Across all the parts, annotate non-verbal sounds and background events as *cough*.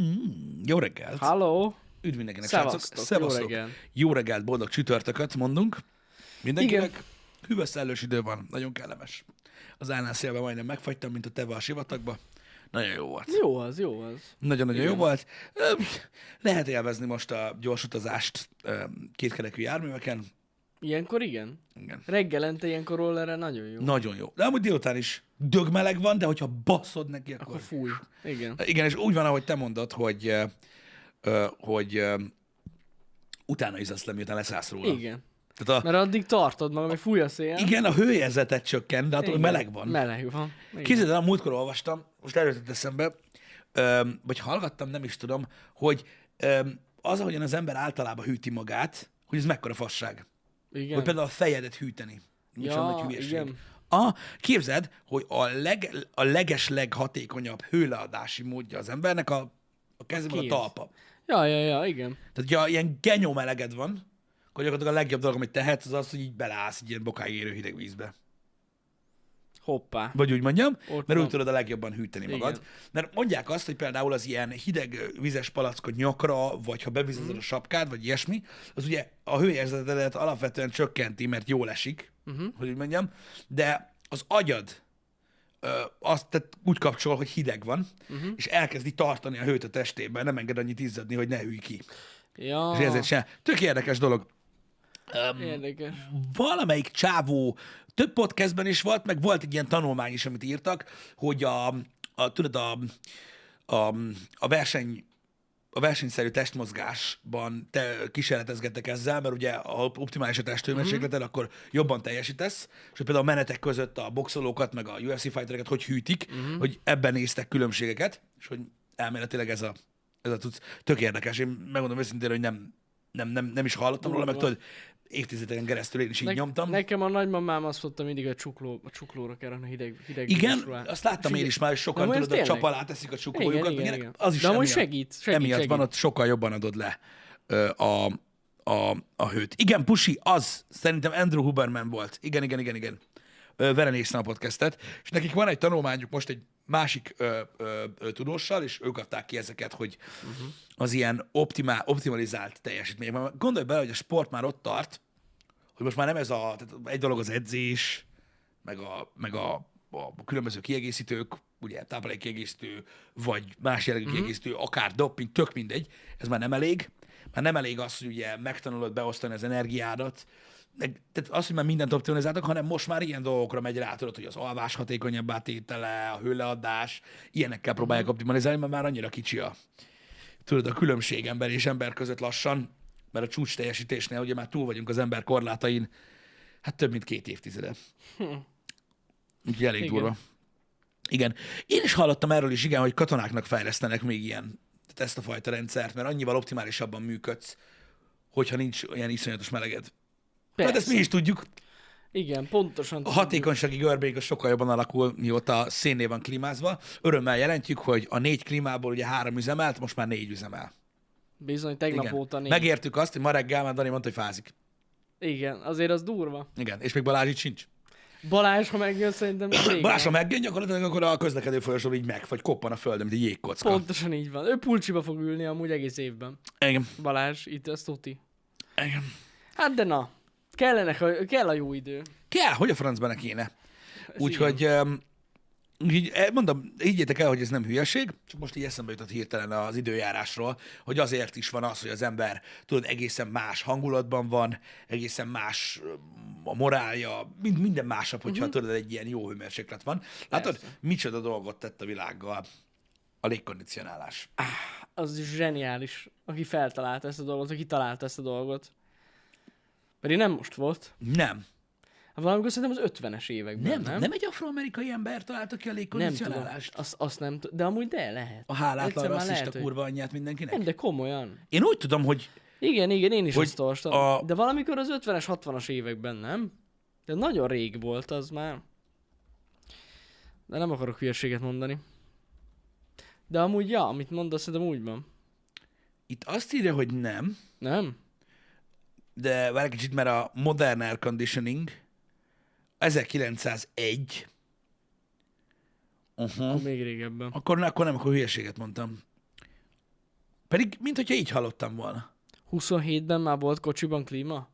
Mm, jó reggelt! Halló! Üdv mindenkinek, Szevasztok, srácok! jó Szevasztok! reggel. Jó reggelt, boldog csütörtököt mondunk mindenkinek. Igen. Igen. Hűvös szellős idő van, nagyon kellemes. Az ellenszélben majdnem megfagytam, mint a teve a sivatagba. Nagyon jó volt. Jó az, jó az. Nagyon-nagyon jó volt. Öm, Lehet élvezni most a gyors utazást öm, kétkerekű járműveken. Ilyenkor igen. Igen. Reggelente ilyenkor rollerre nagyon jó. Nagyon jó. De amúgy délután is dögmeleg van, de hogyha baszod neki, akkor... Akkor fúj. Igen. Igen, és úgy van, ahogy te mondod, hogy, ö, ö, hogy ö, utána izzasz le, miután leszállsz róla. Igen. Tehát a, Mert addig tartod magad, hogy fúj a szél. igen, a hőérzetet csökken, de attól Igen. igen. meleg van. Meleg van. Igen. Képzeld el, a múltkor olvastam, most erőtött eszembe, öm, vagy hallgattam, nem is tudom, hogy öm, az, ahogyan az ember általában hűti magát, hogy ez mekkora fasság. igen. Hogy például a fejedet hűteni. Micsoda Ja, nagy hülyeség. igen. A, képzeld, hogy a, leg, a leges leghatékonyabb hőleadási módja az embernek a, a kezében a Kéz. talpa. Ja, ja, ja, igen. Tehát, hogyha ilyen genyó meleged van, akkor gyakorlatilag a legjobb dolog, amit tehetsz, az az, hogy így beleállsz egy ilyen bokáig érő hideg vízbe. Hoppá. Vagy úgy mondjam, Ott Ott mert van. úgy tudod a legjobban hűteni Igen. magad. Mert mondják azt, hogy például az ilyen hideg ö, vizes palackot nyakra, vagy ha bevizezed Mhm. a sapkád, vagy ilyesmi, az ugye a hőérzetedet alapvetően csökkenti, mert jól esik, Mhm. uh-huh. hogy úgy mondjam, de az agyad ö, azt tehát úgy kapcsol, hogy hideg van, Mhm. uh-huh. és elkezdi tartani a hőt a testében, nem enged annyit izzadni, hogy ne hűj ki. Ja. És ezért se. Tök érdekes dolog. Érdekes. valamelyik csávó több podcastben is volt, meg volt egy ilyen tanulmány is, amit írtak, hogy a, a tudod, a, a, a verseny a versenyszerű testmozgásban te kísérletezgettek ezzel, mert ugye ha optimális a testhőmérsékleted, mm-hmm. akkor jobban teljesítesz, és hogy például a menetek között a boxolókat, meg a UFC fightereket hogy hűtik, mm-hmm. hogy ebben néztek különbségeket, és hogy elméletileg ez a, ez a tudsz. Tök érdekes, én megmondom őszintén, hogy nem, nem, nem, nem is hallottam róla, meg Durva. tudod, évtizedeken keresztül én is így nyomtam. Nekem a nagymamám azt mondta mindig a, csukló, a csuklóra kell rakni hideg, hideg Igen, vizes ruhát. azt láttam én is már, hogy sokan amúgy ez tudod, a tényleg. csap alá teszik a Igen, csuklójukat, igen, meg ilyenek. igen. az is De amúgy emiatt- segít, segít, Emiatt van, segít. ott sokkal jobban adod le ö, a, a, a hőt. Igen, Pusi, az szerintem Andrew Huberman volt. Igen, igen, igen, igen. Ö, Vele néztem a podcastet, és nekik van egy tanulmányuk most egy másik ö, ö, ö, tudóssal, és ők adták ki ezeket, hogy Mhm. uh-huh. az ilyen optimál, optimalizált teljesítmény. van. Gondolj bele, hogy a sport már ott tart, hogy most már nem ez a, tehát egy dolog az edzés, meg a, meg a, a különböző kiegészítők, ugye táplálék kiegészítő, vagy más jellegű mm-hmm. kiegészítő, akár dopping, tök mindegy, ez már nem elég. Már nem elég az, hogy ugye megtanulod beosztani az energiádat, meg, tehát az, hogy már mindent optimalizáltak, hanem most már ilyen dolgokra megy rá, tudod, hogy az alvás hatékonyabbá tétele, a hőleadás, ilyenekkel próbálják optimalizálni, mert már annyira kicsi a, tudod, a különbség ember és ember között lassan, mert a csúcs teljesítésnél ugye már túl vagyunk az ember korlátain, hát több mint két évtizede. Úgyhogy elég Igen. igen. durva. Igen. Én is hallottam erről is, igen, hogy katonáknak fejlesztenek még ilyen, tehát ezt a fajta rendszert, mert annyival optimálisabban működsz, hogyha nincs olyan iszonyatos meleged. Hát ezt mi is tudjuk, Igen, pontosan. a hatékonysági görbék az sokkal jobban alakul, mióta szénné van klímázva. Örömmel jelentjük, hogy a négy klímából ugye három üzemelt, most már négy üzemel. Bizony, tegnap Igen. óta négy. Megértük azt, hogy ma reggel már Dani mondta, hogy fázik. Igen, azért az durva. Igen, és még Balázs itt sincs. Balázs, ha megjön, szerintem régen. Balázs, ha megjön, gyakorlatilag akkor a közlekedő folyosón így meg, vagy koppan a földön, mint egy jégkocka. Pontosan így van. Ő pulcsiba fog ülni amúgy egész évben. Igen. Balázs, itt ezt tuti. Igen. Hát de na, kellenek a, kell a jó idő. Kell, hogy a francban ne kéne. Úgyhogy, öm, így, eh, mondom, higgyétek el, hogy ez nem hülyeség, csak most így eszembe jutott hirtelen az időjárásról, hogy azért is van az, hogy az ember, tudod, egészen más hangulatban van, egészen más öm, a morálja, mind, minden másabb, hogyha Mhm. uh-huh. tudod, egy ilyen jó hőmérséklet van. Látod, Persze. micsoda dolgot tett a világgal a légkondicionálás. Az zseniális, aki feltalálta ezt a dolgot, aki találta ezt a dolgot. Pedig nem most volt. Nem. Hát valamikor szerintem az 50-es években, Nem, nem? nem, nem egy afroamerikai ember találta ki a nem tudom. légkondicionálást. Azt, azt nem tudom. De amúgy de lehet. A hálátlan Egyszer már rasszista lehet, hogy- kurva anyját mindenkinek. Nem, de komolyan. Én úgy tudom, hogy Igen, igen, én is Hogy azt olvastam. a- De valamikor az 50-es, 60-as években, nem? De nagyon rég volt az már. De nem akarok hülyeséget mondani. De amúgy, ja, amit mondasz, szerintem úgy van. itt azt írja, hogy nem, Nem? de várj egy kicsit, mert a Modern Air Conditioning 1901. Uh-huh. Még régebben. Akkor, akkor nem, akkor hülyeséget mondtam. Pedig, mint hogyha így hallottam volna. 27-ben már volt kocsiban klíma?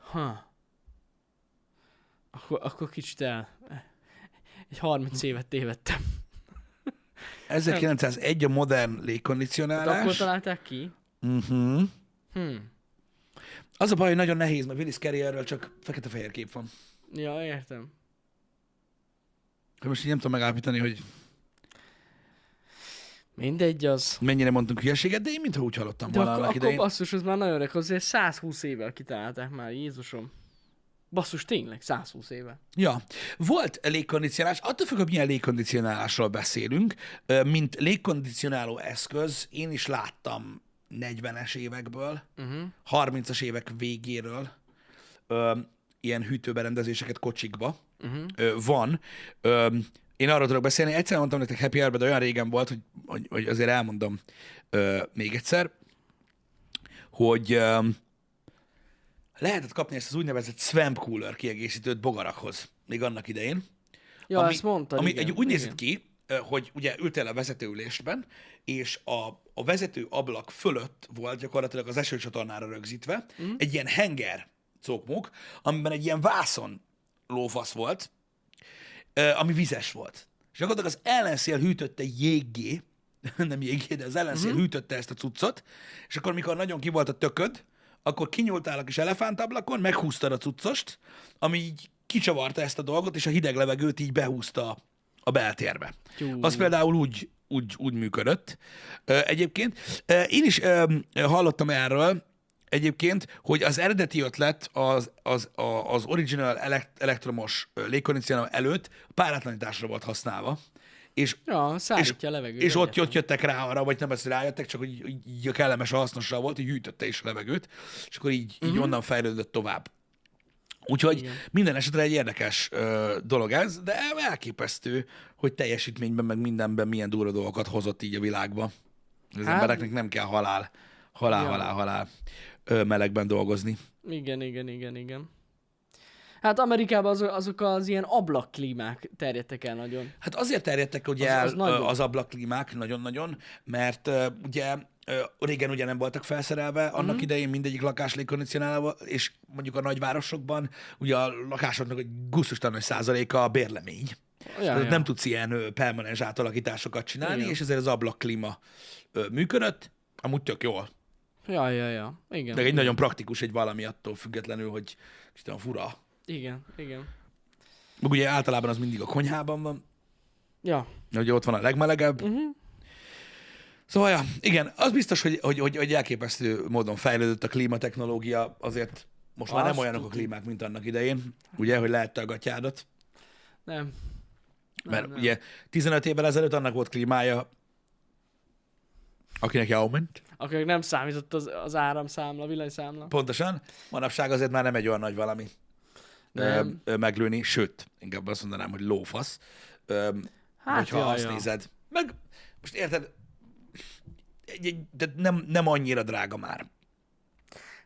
Ha. Akkor, akkor kicsit el. Egy 30 évet tévedtem. 1901 a modern Hát akkor légkondicionálás. találták ki? Uh-huh. Hm. Az a baj, hogy nagyon nehéz, mert Willis Carrierről csak fekete-fehér kép van. Ja, értem. Hogy Hát Most így nem tudom megállapítani, hogy Mindegy az. mennyire mondtunk hülyeséget, de én mintha úgy hallottam De volna akkor, annak akkor idején. basszus, az már nagyon öreg, azért 120 évvel kitalálták már, Jézusom. Basszus, tényleg, 120 éve. Ja. Volt légkondicionálás, attól függ, hogy milyen légkondicionálásról beszélünk. Ö, Mint légkondicionáló eszköz, én is láttam 40-es évekből, uh-huh. 30-as évek végéről ö, ilyen hűtőberendezéseket kocsikba. Uh-huh. Ö, van. Ö, én arról tudok beszélni, egyszer mondtam nektek Happy hour de olyan régen volt, hogy, hogy, hogy azért elmondom ö, még egyszer, hogy ö, lehetett kapni ezt az úgynevezett swamp cooler kiegészítőt bogarakhoz, még annak idején. Ja, ezt mondtad, Ami igen, egy, úgy igen. nézett ki, ö, hogy ugye ültél a vezetőülésben, és a, a vezető ablak fölött volt gyakorlatilag az esőcsatornára rögzítve Mhm. mm. egy ilyen henger cokmuk, amiben egy ilyen vászon lófasz volt, ö, ami vizes volt. És gyakorlatilag az ellenszél hűtötte jéggé, *laughs* nem jéggé, de az ellenszél uh-huh. hűtötte ezt a cuccot, és akkor, mikor nagyon ki volt a tököd, akkor kinyúltál a kis elefántablakon, meghúztad a cuccost, ami így kicsavarta ezt a dolgot, és a hideg levegőt így behúzta a- a beltérbe. Tyú. Az például úgy, úgy, úgy működött. Ö, Egyébként ö, én is ö, hallottam erről, egyébként, hogy az eredeti ötlet az, az, a- az original elekt- elektromos ö, légkondicionáló előtt páratlanításra volt használva, és Ja, szállítja a levegőt. és ott, ott jöttek rá arra, vagy nem ezt rájöttek, csak hogy így- így a kellemes a hasznosra volt, így hűtötte is a levegőt, és akkor így, Mhm. így onnan fejlődött tovább. Úgyhogy Igen. minden esetre egy érdekes ö, dolog ez, de elképesztő, hogy teljesítményben, meg mindenben milyen durva dolgokat hozott így a világba. Az Hát- embereknek nem kell halál, halál, Ja. halál, halál ö, melegben dolgozni. Igen, igen, igen, igen. Hát Amerikában azok, azok az ilyen ablakklímák terjedtek el nagyon. Hát azért terjedtek ugye Az- az, az az, nagyon. az ablaklímák nagyon-nagyon, mert ö, ugye ö, régen ugye nem voltak felszerelve, annak mm-hmm. idején mindegyik lakás légkondicionálva, és mondjuk a nagyvárosokban ugye a lakásoknak egy gusztustalan nagy százaléka a bérlemény. Ja, Tehát ja. nem tudsz ilyen ö, permanens átalakításokat csinálni, Igen. és ezért az ablakklíma ö, működött, amúgy tök jól. Ja, ja, ja. Igen. De egy igen. nagyon praktikus egy valami attól függetlenül, hogy kicsit olyan fura. Igen, igen. Meg ugye általában az mindig a konyhában van, Ja, Ugye ott van a legmelegebb. Mhm. Uh-huh. Szóval, ja, igen, az biztos, hogy, hogy, hogy, hogy elképesztő módon fejlődött a klímatechnológia, azért most már nem Azt olyanok a tudjuk. klímák, mint annak idején, ugye, hogy lehette a gatyádat, nem. mert nem. ugye 15 évvel ezelőtt annak volt klímája, akinek jó ment. Akkor nem számított az, az áramszámla, villanyszámla. Pontosan, manapság azért már nem egy olyan nagy valami ö, Nem. ö, meglőni, sőt, inkább azt mondanám, hogy lófasz, ö, hát hogyha jaj, azt ja. nézed. Meg most érted, egy, egy, de nem, nem annyira drága már.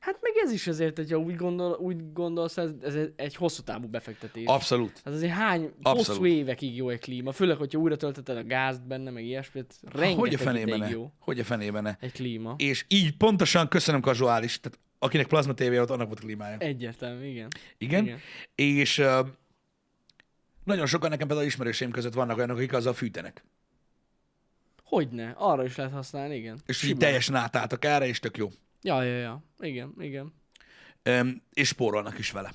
Hát meg ez is azért, hogyha úgy, gondol, úgy gondolsz, ez, ez egy- egy hosszú távú befektetés. Abszolút. Hát azért hány Abszolút. hosszú évekig jó egy klíma, főleg, hogyha újra tölteted a gázt benne, meg ilyesmit, rengeteg Hogy a fenében ideig ne? jó Hogy a fenében ne? egy klíma. És így pontosan köszönöm kazuális, tehát akinek plazma tévé volt, annak volt klímája. Egyértelmű, igen. Igen. igen. igen. És ö, nagyon sokan nekem például ismerőseim között vannak olyanok, akik azzal fűtenek. Hogyne, arra is lehet használni, igen. És így Simán. teljesen átálltak erre, és tök jó. Ja, ja, ja. Igen, igen. Öm, és spórolnak is vele.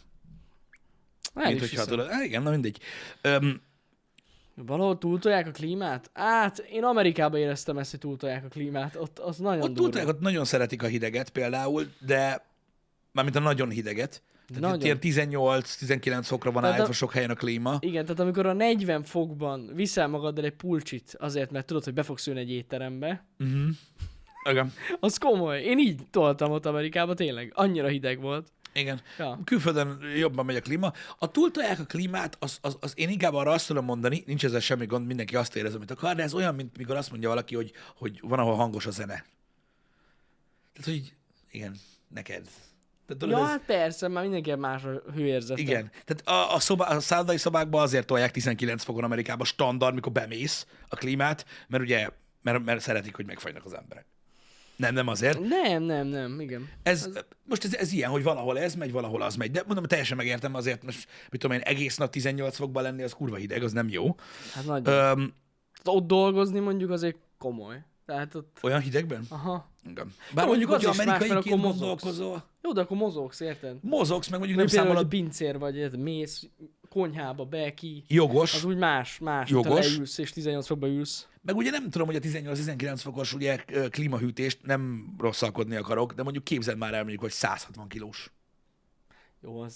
El Mint is hogyha hiszem. tudod. Á, igen, na mindegy. Öm, Valahol túltolják a klímát? Hát, én Amerikában éreztem ezt, hogy túltolják a klímát. Ott az nagyon ott durva. tudták, ott nagyon szeretik a hideget például, de mármint a nagyon hideget. Tehát Nagyon. nagyon. ilyen 18-19 fokra van Tehát a- állítva sok helyen a klíma. Igen, tehát amikor a 40 fokban viszel magaddal egy pulcsit azért, mert tudod, hogy be fogsz ülni egy étterembe, Igen. az komoly. Én így toltam ott Amerikába, tényleg. Annyira hideg volt. Igen. Ja. Külföldön jobban megy a klíma. A túltolják a klímát, az, az, az, én inkább arra azt tudom mondani, nincs ezzel semmi gond, mindenki azt érez, amit akar, de ez olyan, mint mikor azt mondja valaki, hogy, hogy van, ahol hangos a zene. Tehát, hogy igen, neked. Tehát, tudod, Ja, ez, hát persze, már mindenki más a hőérzete. Igen. Tehát a, a, szobá, a szállodai szobákban azért tolják 19 fokon Amerikába standard, mikor bemész a klímát, mert ugye mert, mert szeretik, hogy megfagynak az emberek. Nem, nem azért. Nem, nem, nem, igen. Ez, most ez, ez ilyen, hogy valahol ez megy, valahol az megy. De mondom, teljesen megértem azért, most mit tudom én, egész nap 18 fokban lenni, az kurva hideg, az nem jó. Hát nagy. Öm, Tehát ott dolgozni mondjuk azért komoly. Tehát ott, olyan hidegben? aha. Igen. Jó, Bár mondjuk mondjuk az az is más, mert amerikaiként akkor mozogsz. gondolkozol. Jó, de akkor mozogsz, érted? Mozogsz, meg mondjuk Nem nem például, hogy számolod. pincér vagy, érted? mész konyhába, be, ki. Jogos. Az úgy más, más. Te Jogos. leülsz és 18 fokba ülsz. Meg ugye nem tudom, hogy a 18-19 fokos ugye, ö, klímahűtést nem rosszalkodni akarok, de mondjuk képzeld már el mondjuk, hogy 160 kilós. Jó, az...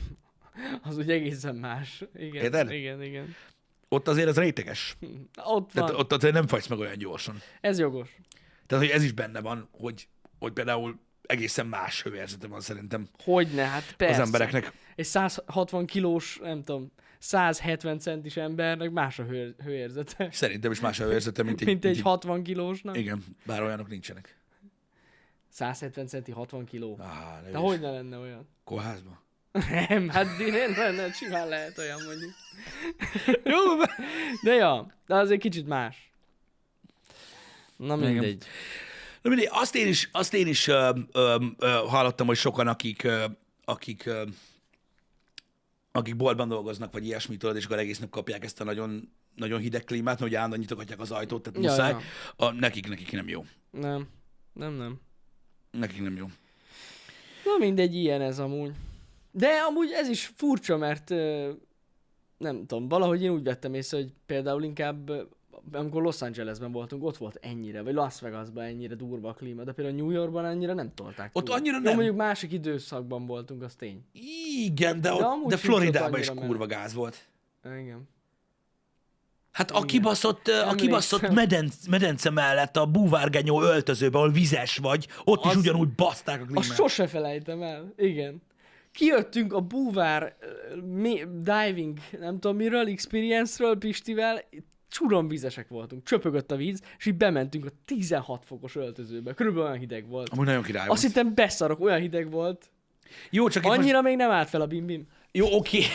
*laughs* az úgy egészen más. Igen, Érted? igen, igen. Ott azért az réteges. Na, Ott van. Tehát ott azért nem fagysz meg olyan gyorsan. Ez jogos. Tehát, hogy ez is benne van, hogy, hogy például egészen más hőérzete van szerintem Hogyne, hát persze. Persze. az embereknek. Egy 160 kilós, nem tudom, 170 centis embernek más a hő, hőérzete, Szerintem is más a hőérzete, mint egy... mint egy 60 kilósnak. Igen, bár olyanok nincsenek. 170 centi, 60 kiló. Ah, De hogy ne lenne olyan? Kórházban? Nem, *laughs* hát dinén lenne, simán lehet olyan mondjuk. *laughs* Jó, de ja, de azért kicsit más. Na mindegy. Na mindegy, azt én is, azt én is ö, ö, ö, hallottam, hogy sokan, akik, ö, akik, ö, akik boltban dolgoznak, vagy ilyesmit tudod, és akkor egész nap kapják ezt a nagyon, nagyon hideg klímát, mert ugye állandóan nyitogatják az ajtót, tehát Ja, muszáj. ja. A, nekik, nekik nem jó. Nem, nem, nem. Nekik nem jó. Na mindegy, ilyen ez amúgy. De amúgy ez is furcsa, mert ö, nem tudom, valahogy én úgy vettem észre, hogy például inkább ö, amikor Los Angelesben voltunk, ott volt ennyire, vagy Las Vegasban ennyire durva a klíma, de például New Yorkban ennyire nem tolták Ott túl. annyira Jó, nem. mondjuk másik időszakban voltunk, az tény. Igen, de, ott, amúgy de sincs ott Floridában is annyira meleg. kurva gáz volt. Igen. Hát a kibaszott, ö, a Emlékszem. kibaszott medence, medence mellett a búvárgenyó öltözőben, ahol vizes vagy, ott is Az- ugyanúgy baszták a Azt klímát. sose felejtem el. Igen. Kijöttünk a búvár ö, mi, diving, nem tudom miről, experience-ről Pistivel, csuron vizesek voltunk, csöpögött a víz, és így bementünk a 16 fokos öltözőbe. Körülbelül olyan hideg volt. Amúgy nagyon király Azt volt. hittem beszarok, olyan hideg volt. Jó, csak itt most... Annyira még nem állt fel a bim-bim. Jó, oké. *laughs*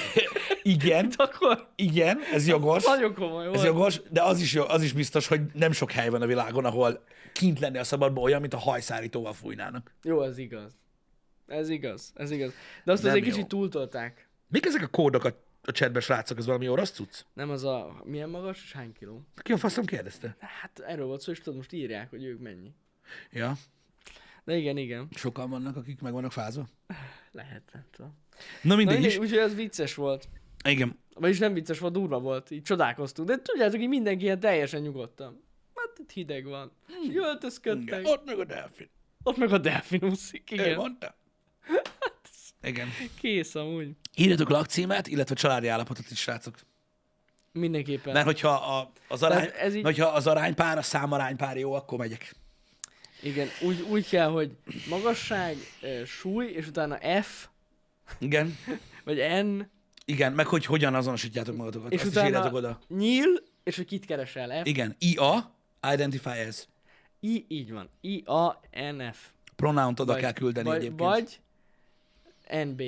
Igen, *laughs* De akkor igen, ez jogos. nagyon komoly Ez volt. jogos, de az is, jó, az is biztos, hogy nem sok hely van a világon, ahol kint lenni a szabadban olyan, mint a hajszárítóval fújnának. Jó, ez igaz. Ez igaz, ez igaz. De azt Nem azért jó. kicsit túltolták. Mik ezek a kódok a, a csetbe, srácok? Ez valami orosz cucc? Nem az a milyen magas és hány kiló. Ki a faszom kérdezte? Hát erről volt szó, és tudod, most írják, hogy ők mennyi. Ja, De igen, igen. sokan vannak, akik meg vannak fázva. Lehet, nem tudom. Na Na, mindegy mindegy, is. úgyhogy ez vicces volt. Igen. Vagyis nem vicces volt, durva volt. Így csodálkoztunk. De tudjátok, így mindenki ilyen teljesen nyugodtan. Hát itt hideg van. Hmm. Jól igen. öltözködtek. Ott, Ott meg a delfin. ott meg a delfin úszik, Ő igen. *laughs* mondta. Igen. Kész amúgy. Írjatok lakcímet, illetve családi állapotot is, srácok. Mindenképpen. Mert hogyha, a, az, arány, Tehát ez így- hogyha az aránypár, a számaránypár jó, akkor megyek. Igen, úgy, úgy kell, hogy magasság, ö, súly, és utána F, Igen. vagy N, Igen, meg hogy hogyan azonosítjátok magatokat. És és Azt utána... is írjátok utána oda. nyíl, és hogy kit keresel. F, Igen, IA, identify as. I, így van. I, A, N, F. Pronount oda kell küldeni vagy, egyébként. Vagy NB.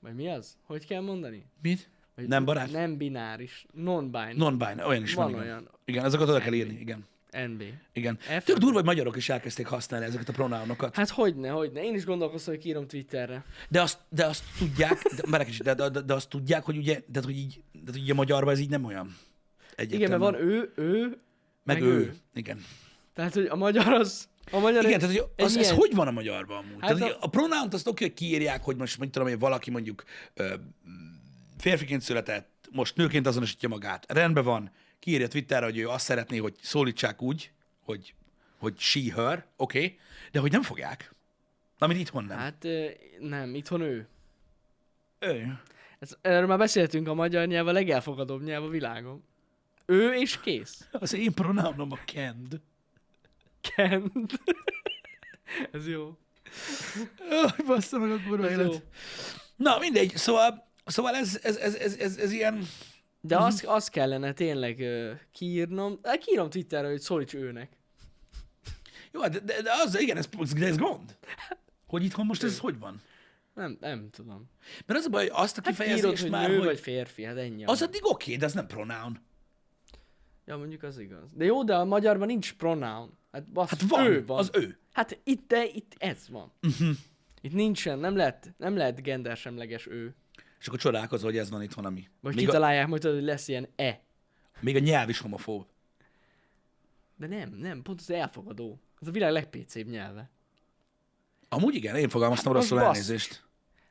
Vagy mi az? Hogy kell mondani? Mit? Vagy Nem barát? Nem bináris. Non-binary. Non-binary, olyan is van. Van igen. olyan. igen, ezeket oda kell írni, igen. NB. Igen. F- Tök durva, hogy magyarok is elkezdték használni ezeket a pronounokat. Hát hogyne, hogyne. Én is gondolkoztam, hogy kiírom Twitterre. De azt, de azt tudják, de, már egy kicsit, de, de, de, de, azt tudják, hogy ugye, de hát, hogy így, de hogy ugye magyarban ez így nem olyan. Egyértelmű. Igen, mert van ő, ő, meg, meg ő. ő. Igen. tehát hogy a magyar az... A magyar Igen, tehát hogy egy az, ez ilyen- hogy van a magyarban amúgy? Hát Hát tehát, a- a... a pronount azt oké, hogy kiírják, hogy most, mit tudom én, valaki mondjuk ö, férfiként született, most nőként azonosítja magát. Rendben van, kiírja Twitterre, hogy ő azt szeretné, hogy szólítsák úgy, hogy, hogy she, her, oké, okay, de hogy nem fogják. Amit itthon nem. Hát... Hát ö, nem, itthon ő. Ő. Ez, erről már beszéltünk, a magyar nyelv a legelfogadóbb nyelv a világon. Ő és *laughs* kész. Az én pronámnom a kend. Kent. Ez jó. Öh, bassza meg a kurva Ez jó. élet. Na, mindegy, szóval, szóval ez, ez, ez, ez, ez, ez ilyen... De azt, azt kellene tényleg ö, kiírnom. Hát kiírom Twitterre, hogy szólíts őnek. Jó, de, de, de az, igen, ez, de ez gond. Hogy itthon most ez hogy van? Nem, nem tudom. Mert az a baj, hogy azt a kifejezést Kiírod, Hát hogy már, nő hogy... vagy férfi, hát ennyi. Az addig oké, de ez nem pronoun. Ja, mondjuk az igaz. De jó, de a magyarban nincs pronoun. Hát, basz, Hát van, ő van. az ő. Mhm. Hát itt, de itt ez van. Uh-huh. Itt nincsen, nem lehet, nem lehet gendersemleges ő. És akkor csodálkozol, hogy ez van itthon, ami. Vagy Még a, kitalálják majd, hogy lesz ilyen e. még a nyelv is homofób. De nem, nem, pont az elfogadó. Ez a világ legpécébb nyelve. Amúgy igen, én fogalmaztam Hát az rosszul basszus. elnézést.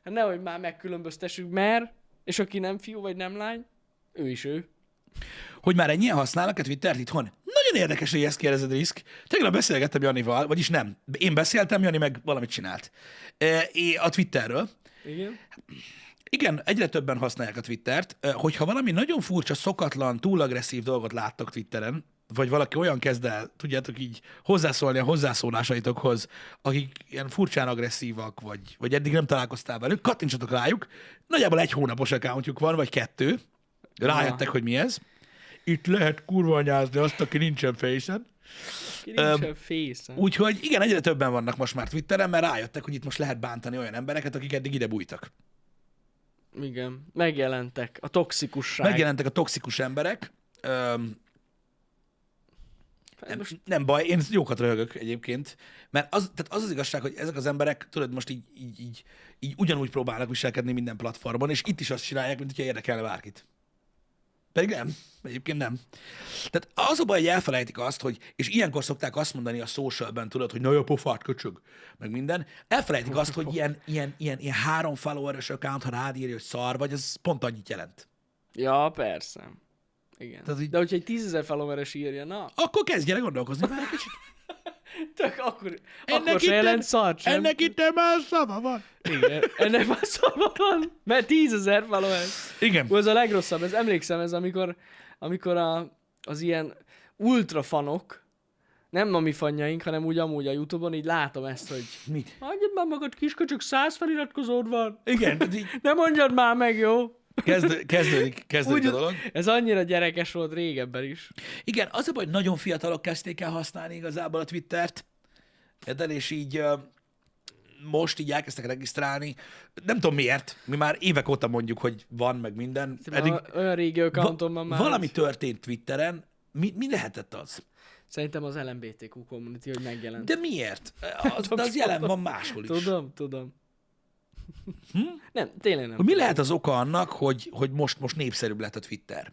Hát nehogy már megkülönböztessük, mert, és aki nem fiú vagy nem lány, ő is ő. Hogy már ennyien használnak a Twittert itthon? Nagyon érdekes, hogy ezt kérdezed, Risk. Tegnap beszélgettem Janival, vagyis nem. Én beszéltem, Jani meg valamit csinált. E, é- A Twitterről. Igen. Igen, egyre többen használják a Twittert. Ö, Hogyha valami nagyon furcsa, szokatlan, túl agresszív dolgot láttok Twitteren, vagy valaki olyan kezd el, tudjátok így hozzászólni a hozzászólásaitokhoz, akik ilyen furcsán agresszívak, vagy, vagy eddig nem találkoztál velük, kattintsatok rájuk. Nagyjából egy hónapos accountjuk van, vagy kettő. Rájöttek, hogy mi ez. Itt lehet kurvanyázni azt, aki nincsen fejszen. Ki nincsen fészen. Úgyhogy igen, egyre többen vannak most már Twitteren, mert rájöttek, hogy itt most lehet bántani olyan embereket, akik eddig ide bújtak. Igen. Megjelentek. A toxikusság. Megjelentek a toxikus emberek. Öm, Hát Nem, Most nem baj, én jókat röhögök egyébként, mert az, tehát az az igazság, hogy ezek az emberek, tudod, most így, így, így, így ugyanúgy próbálnak viselkedni minden platformon, és itt is azt csinálják, mint hogyha érdekelne bárkit. Pedig nem, egyébként nem. Tehát az a baj, hogy elfelejtik azt, hogy, és ilyenkor szokták azt mondani a socialben, tudod, hogy nagyon pofát köcsög, meg minden, elfelejtik azt, hogy ilyen, ilyen, ilyen, ilyen három followeres account, ha rád írja, hogy szar vagy, az pont annyit jelent. Ja, persze. Igen. Tehát így- De hogyha egy tízezer followeres írja, na, Akkor kezdj el gondolkozni már egy kicsit. tök akkor, Ennek akkor itt se jelent nem- szart sem. Ennek itt már szava van. Igen. Ennek már szava van, mert tízezer followers. Igen. Ó, ez a legrosszabb, ez emlékszem, ez amikor, amikor a, az ilyen ultrafanok, nem a mi fanjaink, hanem úgy amúgy a Youtube-on, így látom ezt, hogy Mit? adjad már magad kisköcsök, száz feliratkozód van. Igen, *laughs* tehát így Ne mondjad már meg, jó? kezd, kezdődik, kezdődik a dolog. ez annyira gyerekes volt régebben is. Igen, az a baj, hogy nagyon fiatalok kezdték el használni igazából a Twittert, érted, és így ö, most így elkezdtek regisztrálni. Nem tudom miért, mi már évek óta mondjuk, hogy van, meg minden. Eddig Eddig... Olyan régi accountomban már. valami történt Twitteren, mi, mi lehetett az? Szerintem az LMBTQ community, hogy megjelent. De miért? Az, de az jelen van máshol is. Tudom, tudom. Hm? Nem, tényleg nem. Mi lehet az oka annak, hogy, hogy most, most népszerűbb lett a Twitter?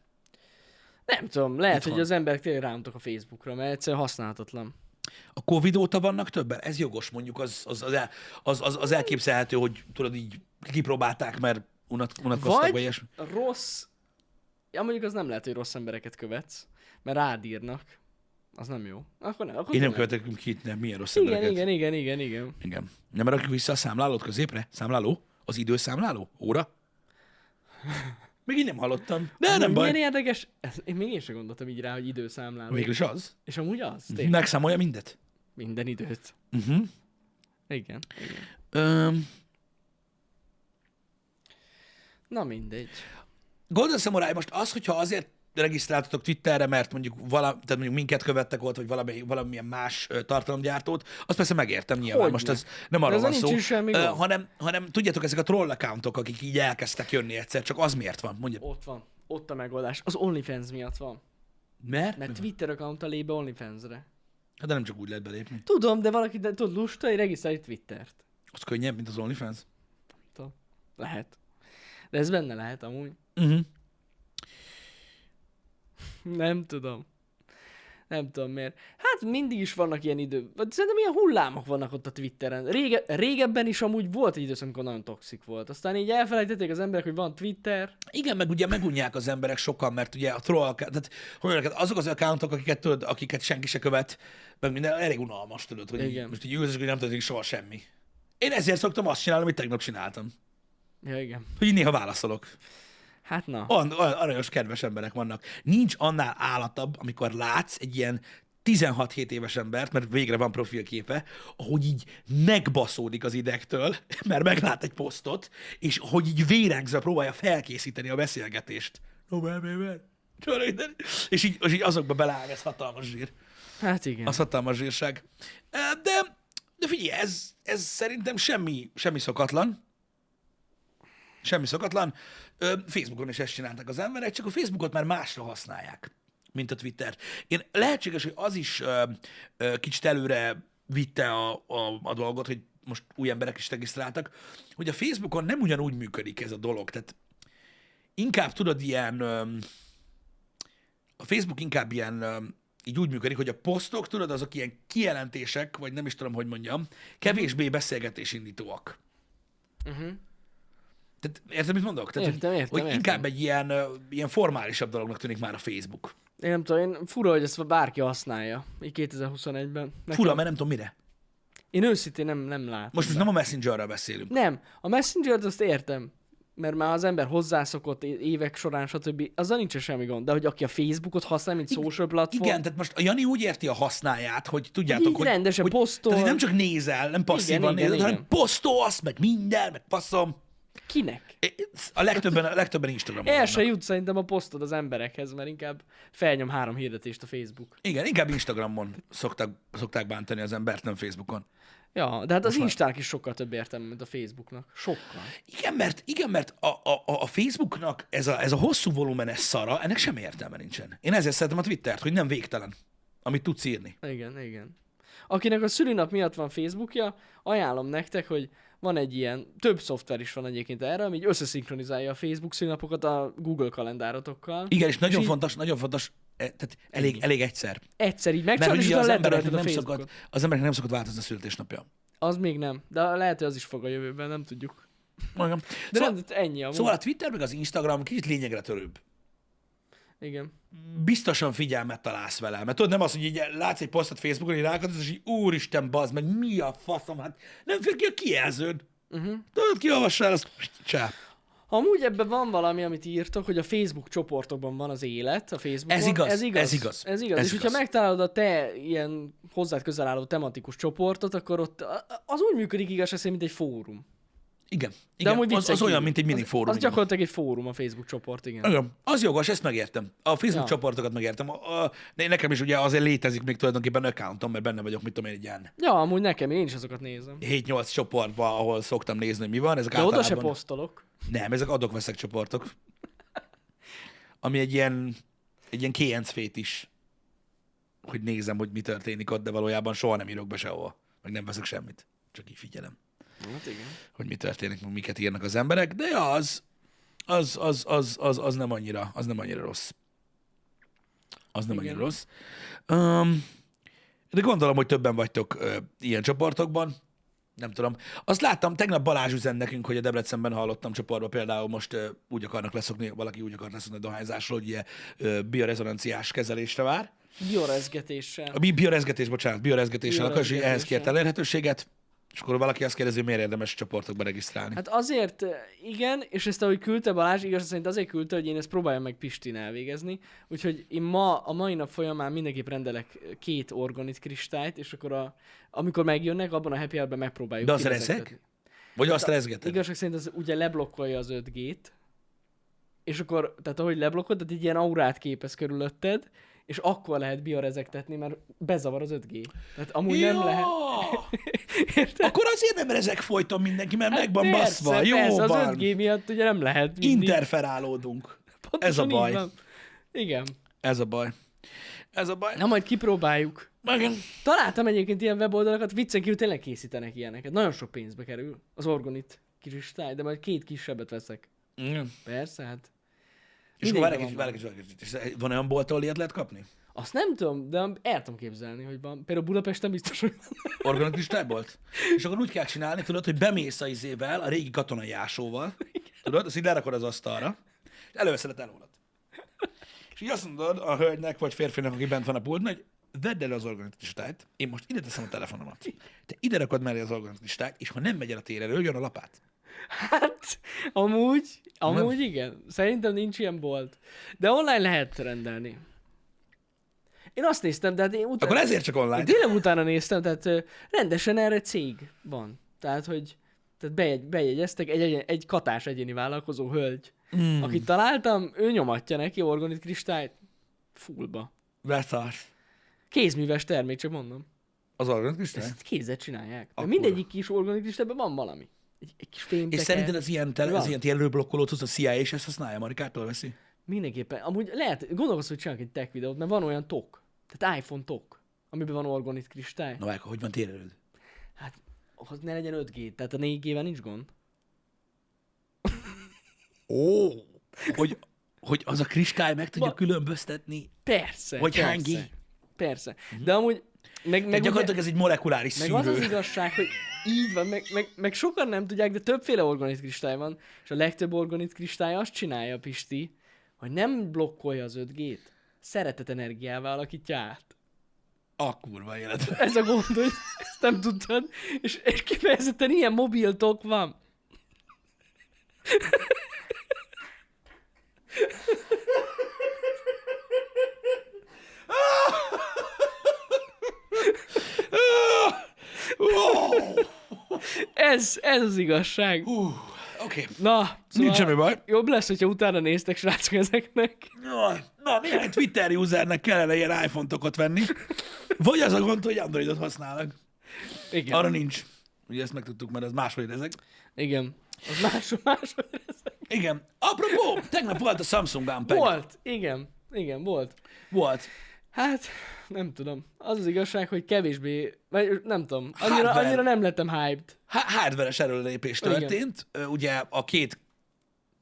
Nem tudom, lehet, Itthon. hogy az emberek tényleg rámutak a Facebookra, mert egyszerűen használhatatlan. A Covid óta vannak többen? Ez jogos, mondjuk az, az, az, el- az, az, az elképzelhető, hogy tudod így kipróbálták, mert unat, unatkoztak, vagy, Vagy- vagy ilyesmi. Rossz... Ja, mondjuk az nem lehet, hogy rossz embereket követsz, mert rád írnak. Az nem jó. Akkor nem. Akkor Én nem tényleg. követek ki, nem, milyen rossz Igen, embereket. igen, igen, igen, igen. igen. Nem rakjuk vissza a számlálót középre? Számláló? Az időszámláló? Óra? Még én nem hallottam. De nem Hát Milyen baj. érdekes, ez- én még én sem gondoltam így rá, hogy időszámláló. Végül is az. És amúgy az, Mhm. tényleg. Megszámolja mindet. Minden időt. Uh-huh. Igen. igen. Öm, Na mindegy. Golden Samurai most az, hogyha azért regisztráltatok Twitterre, mert mondjuk, vala, tehát mondjuk minket követtek ott, vagy valami, valamilyen más ö, tartalomgyártót, azt persze megértem nyilván. Hogyne. Most ez nem arról ezzel van szó, nincs is semmi ö, gond. hanem, hanem tudjátok, ezek a troll accountok, akik így elkezdtek jönni egyszer, csak az miért van? Mondja. Ott van. Ott a megoldás. Az OnlyFans miatt van. Mert? Mert mert Twitter account lép OnlyFans-re. hát de nem csak úgy lehet belépni. Tudom, de valaki de, tud lusta, hogy regisztrálj egy Twittert. Az könnyebb, mint az OnlyFans. Tudom. Lehet. De ez benne lehet amúgy. Uh-huh. Nem tudom. Nem tudom miért. Hát mindig is vannak ilyen idő. Vagy Szerintem ilyen hullámok vannak ott a Twitteren. Rége, régebben is amúgy volt egy időszak, amikor nagyon toxik volt. Aztán így elfelejtették az emberek, hogy van Twitter. Igen, meg ugye megunják az emberek sokan, mert ugye a troll, account- tehát hogy mondjam neked, azok az accountok, akiket, tudod, akiket senki se követ, meg minden, elég unalmas, tudod, hogy Igen. Igen. most így ülsz, és hogy nem történik soha semmi. Én ezért szoktam azt csinálni, amit tegnap csináltam. Ja, igen. Hogy így néha válaszolok. Hát na. Olyan, olyan aranyos, kedves emberek vannak. Nincs annál állatabb, amikor látsz egy ilyen 16-7 éves embert, mert végre van profilképe, ahogy így megbaszódik az idegtől, *laughs* mert meglát egy posztot, és hogy így vérengzve próbálja felkészíteni a beszélgetést. No, man, man, man. Tudod, minden- És így, és így azokba beleáll, ez hatalmas zsír. Hát igen. Az hatalmas zsírság. Ö, De, de figyelj, ez, ez szerintem semmi, semmi szokatlan. Semmi szokatlan. Ö, Facebookon is ezt csináltak az emberek, csak a Facebookot már másra használják. mint a Twitter. Én lehetséges, hogy az is ö, ö, kicsit előre vitte a, a, a dolgot, hogy most új emberek is regisztráltak, hogy a Facebookon nem ugyanúgy működik ez a dolog. Tehát inkább tudod ilyen, öm, a Facebook inkább ilyen, öm, így úgy működik, hogy a posztok, tudod, azok ilyen kijelentések, vagy nem is tudom, hogy mondjam, kevésbé beszélgetésindítóak. Uh-huh. Tehát érted, mit mondok? Tehát, Értem, hogy, értem, hogy értem. inkább egy ilyen, ö, ilyen formálisabb dolognak tűnik már a Facebook. Én nem tudom, én fura, hogy ezt bárki használja, így 2021-ben. Nekem- Fura, mert nem tudom mire. Én őszintén nem, nem látom. Most, most nem a Messengerről beszélünk. Nem, a messenger azt értem, mert már az ember hozzászokott é- évek során, stb. Azzal nincs semmi gond, de hogy aki a Facebookot használ, mint social platform, Igen, tehát most a Jani úgy érti a hasznáját, hogy tudjátok, Így hogy... rendesen hogy, posztol. Tehát, hogy nem csak nézel, nem passzívan Igen, igen, nézel, hanem igen. posztolsz, meg minden, meg passzom. kinek? A legtöbben, a legtöbben Instagramon El vannak. se jut szerintem a posztod az emberekhez, mert inkább felnyom három hirdetést a Facebook. Igen, inkább Instagramon szokták, szokták bántani az embert, nem Facebookon. Ja, de hát az Instának is sokkal több értelme, mint a Facebooknak. Sokkal. Igen, mert, igen, mert a, a, a a Facebooknak ez a, ez a hosszú volumenes szara, ennek semmi értelme nincsen. Én ezért szeretem a Twittert, hogy nem végtelen, amit tudsz írni. Igen, igen. Akinek a szülőnap miatt van Facebookja, ajánlom nektek, hogy van egy ilyen, több szoftver is van egyébként erre, ami így összeszinkronizálja a Facebook szülőnapokat a Google kalendárotokkal. Igen, és nagyon És így- fontos, nagyon fontos, e, tehát elég, elég egyszer. Egyszer így Mert megcsinálod, hogy és ugye utána az letörölted embereknek, a nem Facebookot. szokott, az embereknek nem szokott változni a születésnapja. Az még nem, de lehet, hogy az is fog a jövőben, nem tudjuk. Mondjam. De Szóval, nem, ennyi amúgy. szóval a Twitter meg az Instagram kicsit lényegre törőbb. Igen. Biztosan figyelmet találsz vele, mert tudod, nem az, hogy így látsz egy posztot Facebookon, így rákatolsz, és így úristen, bazd meg, mi a faszom, hát nem fér ki a kijelződ. Mhm. Uh-huh. Tudod, kiolvassál, azt csá. Amúgy ebben van valami, amit írtok, hogy a Facebook csoportokban van az élet, a Facebookon. Ez igaz, Ez igaz. ez igaz, Ez igaz. ez Ez és igaz. hogyha megtalálod a te ilyen hozzád közel álló tematikus csoportot, akkor ott a- a- az úgy működik igaz, szerint, mint egy fórum. Igen. De igen. amúgy az, az viccen olyan, kívül. mint egy mini az, fórum. Az igen. gyakorlatilag egy fórum a Facebook csoport, igen. Igen. Az jogos, ezt megértem. A Facebook ja. Ja. csoportokat megértem. A, a, de nekem is ugye azért létezik még tulajdonképpen accountom, mert benne vagyok, mit tudom én, egy ilyen Ja, amúgy nekem, én is azokat nézem. 7-8 csoportba, ahol szoktam nézni, hogy mi van. Ezek De oda se általában... posztolok. Nem, ezek adok-veszek csoportok. Ami egy ilyen, egy ilyen kéjenc fét is. Hogy nézem, hogy mi történik ott, de valójában soha nem írok be sehova. Meg nem veszek semmit. Csak így figyelem, Hát igen. hogy mi történik, meg miket írnak az emberek. De ja, az, az, az, az, az, az nem annyira, az nem annyira rossz. Az nem Igen. annyira rossz. Um, de gondolom, hogy többen vagytok ö, ilyen csoportokban. Nem tudom. Azt láttam, tegnap Balázs üzen nekünk, hogy a Debrecenben hallottam csoportba például most ö, úgy akarnak leszokni, valaki úgy akar leszokni a dohányzásról, hogy ilyen ö, biorezonanciás kezelésre vár. Biorezgetéssel. A bi- biorezgetés, bocsánat, biorezgetéssel akar, és ehhez kért Biorezgetéssel. elérhetőséget, és akkor valaki azt kérdezi, hogy miért érdemes csoportokba regisztrálni. Hát, Hát azért eh, igen, és ezt ahogy küldte Balázs, igaz szerint azért küldte, hogy én ezt próbáljam meg Pistin elvégezni. Úgyhogy én ma, a mai nap folyamán mindenképp rendelek eh, két orgonit kristályt, és akkor a, amikor megjönnek, abban a happy hour megpróbáljuk De az kivezetni. rezeg? Vagy Hát, azt rezgeted? Igazság szerint az ugye leblokkolja az 5G-t, és akkor, tehát ahogy leblokkod, tehát egy ilyen aurát képez körülötted, és akkor lehet biorezektetni, mert bezavar az 5G. Tehát amúgy Ja! nem lehet. Érted? Akkor azért nem rezeg folyton mindenki, mert meg van Hát Persze, baszva. Jó persze, az van. 5G miatt ugye nem lehet. mindig. Interferálódunk. Pontosan Ez a így baj. van. Igen. Ez a baj. Ez a baj. Mm. Na majd kipróbáljuk. Igen. Találtam egyébként ilyen weboldalakat, viccen kívül tényleg készítenek ilyeneket. Nagyon sok pénzbe kerül az orgonit kristály, de majd két kisebbet veszek. Igen. Persze, hát. És akkor Mindenki várj egy van kicsit, várj egy kicsit, várj egy kicsit. És Van olyan bolt, ahol ilyet lehet kapni? Azt nem tudom, de el tudom képzelni, hogy van. Például Budapesten biztos, hogy van. Organikustájbolt? És akkor úgy kell csinálni, tudod, hogy bemész a izével, a régi katonai ásóval, tudod, azt így lerakod az asztalra, és előveszed a telórat. És így azt mondod a hölgynek, vagy férfinak, aki bent van a pultnál, hogy vedd el az organistájt, én most ide teszem a telefonomat. Te ide rakod mellé az organistájt, és ha nem megy el a tér elől, jön a lapát. *laughs* Hát, amúgy, amúgy igen. Szerintem nincs ilyen bolt. De online lehet rendelni. Én azt néztem, de hát én utána... Akkor ezért csak online. Tényleg utána néztem, tehát ö, rendesen erre cég van. Tehát, hogy tehát bejegy, bejegyeztek egy, egy, egy katás egyéni vállalkozó hölgy, Hmm. mm. akit találtam, ő nyomatja neki orgonit kristályt fullba. Beszarsz. Kézműves termék, csak mondom. Az organistájt? Ezt kézzel csinálják. De Akkora. mindegyik kis orgonit kristályből van valami. Egy, egy kis És fémteke. szerinted az ilyen, tele, az Van. ilyen térlőblokkolót, az a CIA is ezt használja, Marikától veszi? Mindenképpen. Amúgy lehet, gondolkozz, hogy csinálok egy tech videót, mert van olyan tok. Tehát iPhone tok, amiben van orgonit kristály. Na várj, hogy van térerőd? Hát, az ne legyen 5G, tehát a 4G-vel nincs gond. Ó! Hogy, hogy az a kristály meg tudja Ma- különböztetni. Persze. Vagy persze. hány G? Persze. De amúgy, meg, Meg meg, ugye, gyakorlatilag ez egy molekuláris meg szűrő. az az igazság, hogy így van, meg, meg, meg sokan nem tudják, de többféle orgonit kristály van, és a legtöbb orgonit kristály azt csinálja, Pisti, hogy nem blokkolja az 5G-t, szeretet energiával alakítja át. A kurva élet. Ez a gond, hogy ezt nem tudtad, és, és kifejezetten ilyen mobiltok van. Wow! Ez, ez az igazság. Hú, Oké. Na, szóval Nincs semmi baj. Jobb lesz, hogyha utána néztek, srácok, ezeknek. Jaj, Na, néhány Twitter usernek kellene ilyen iPhone-tokat venni. Vagy az a gond, hogy Androidot használnak. Igen. Arra nincs. Ugye ezt megtudtuk, mert az máshogy ezek. Igen. Az más, más Igen. Apropó, tegnap volt a Samsung Unpacked. Volt, igen. Igen, volt. Volt. Hát, nem tudom. Az az igazság, hogy kevésbé, vagy nem tudom, annyira, Hardware. annyira nem lettem hyped. Há- Hardveres erőlépés Igen. történt. Ö, Ugye a két,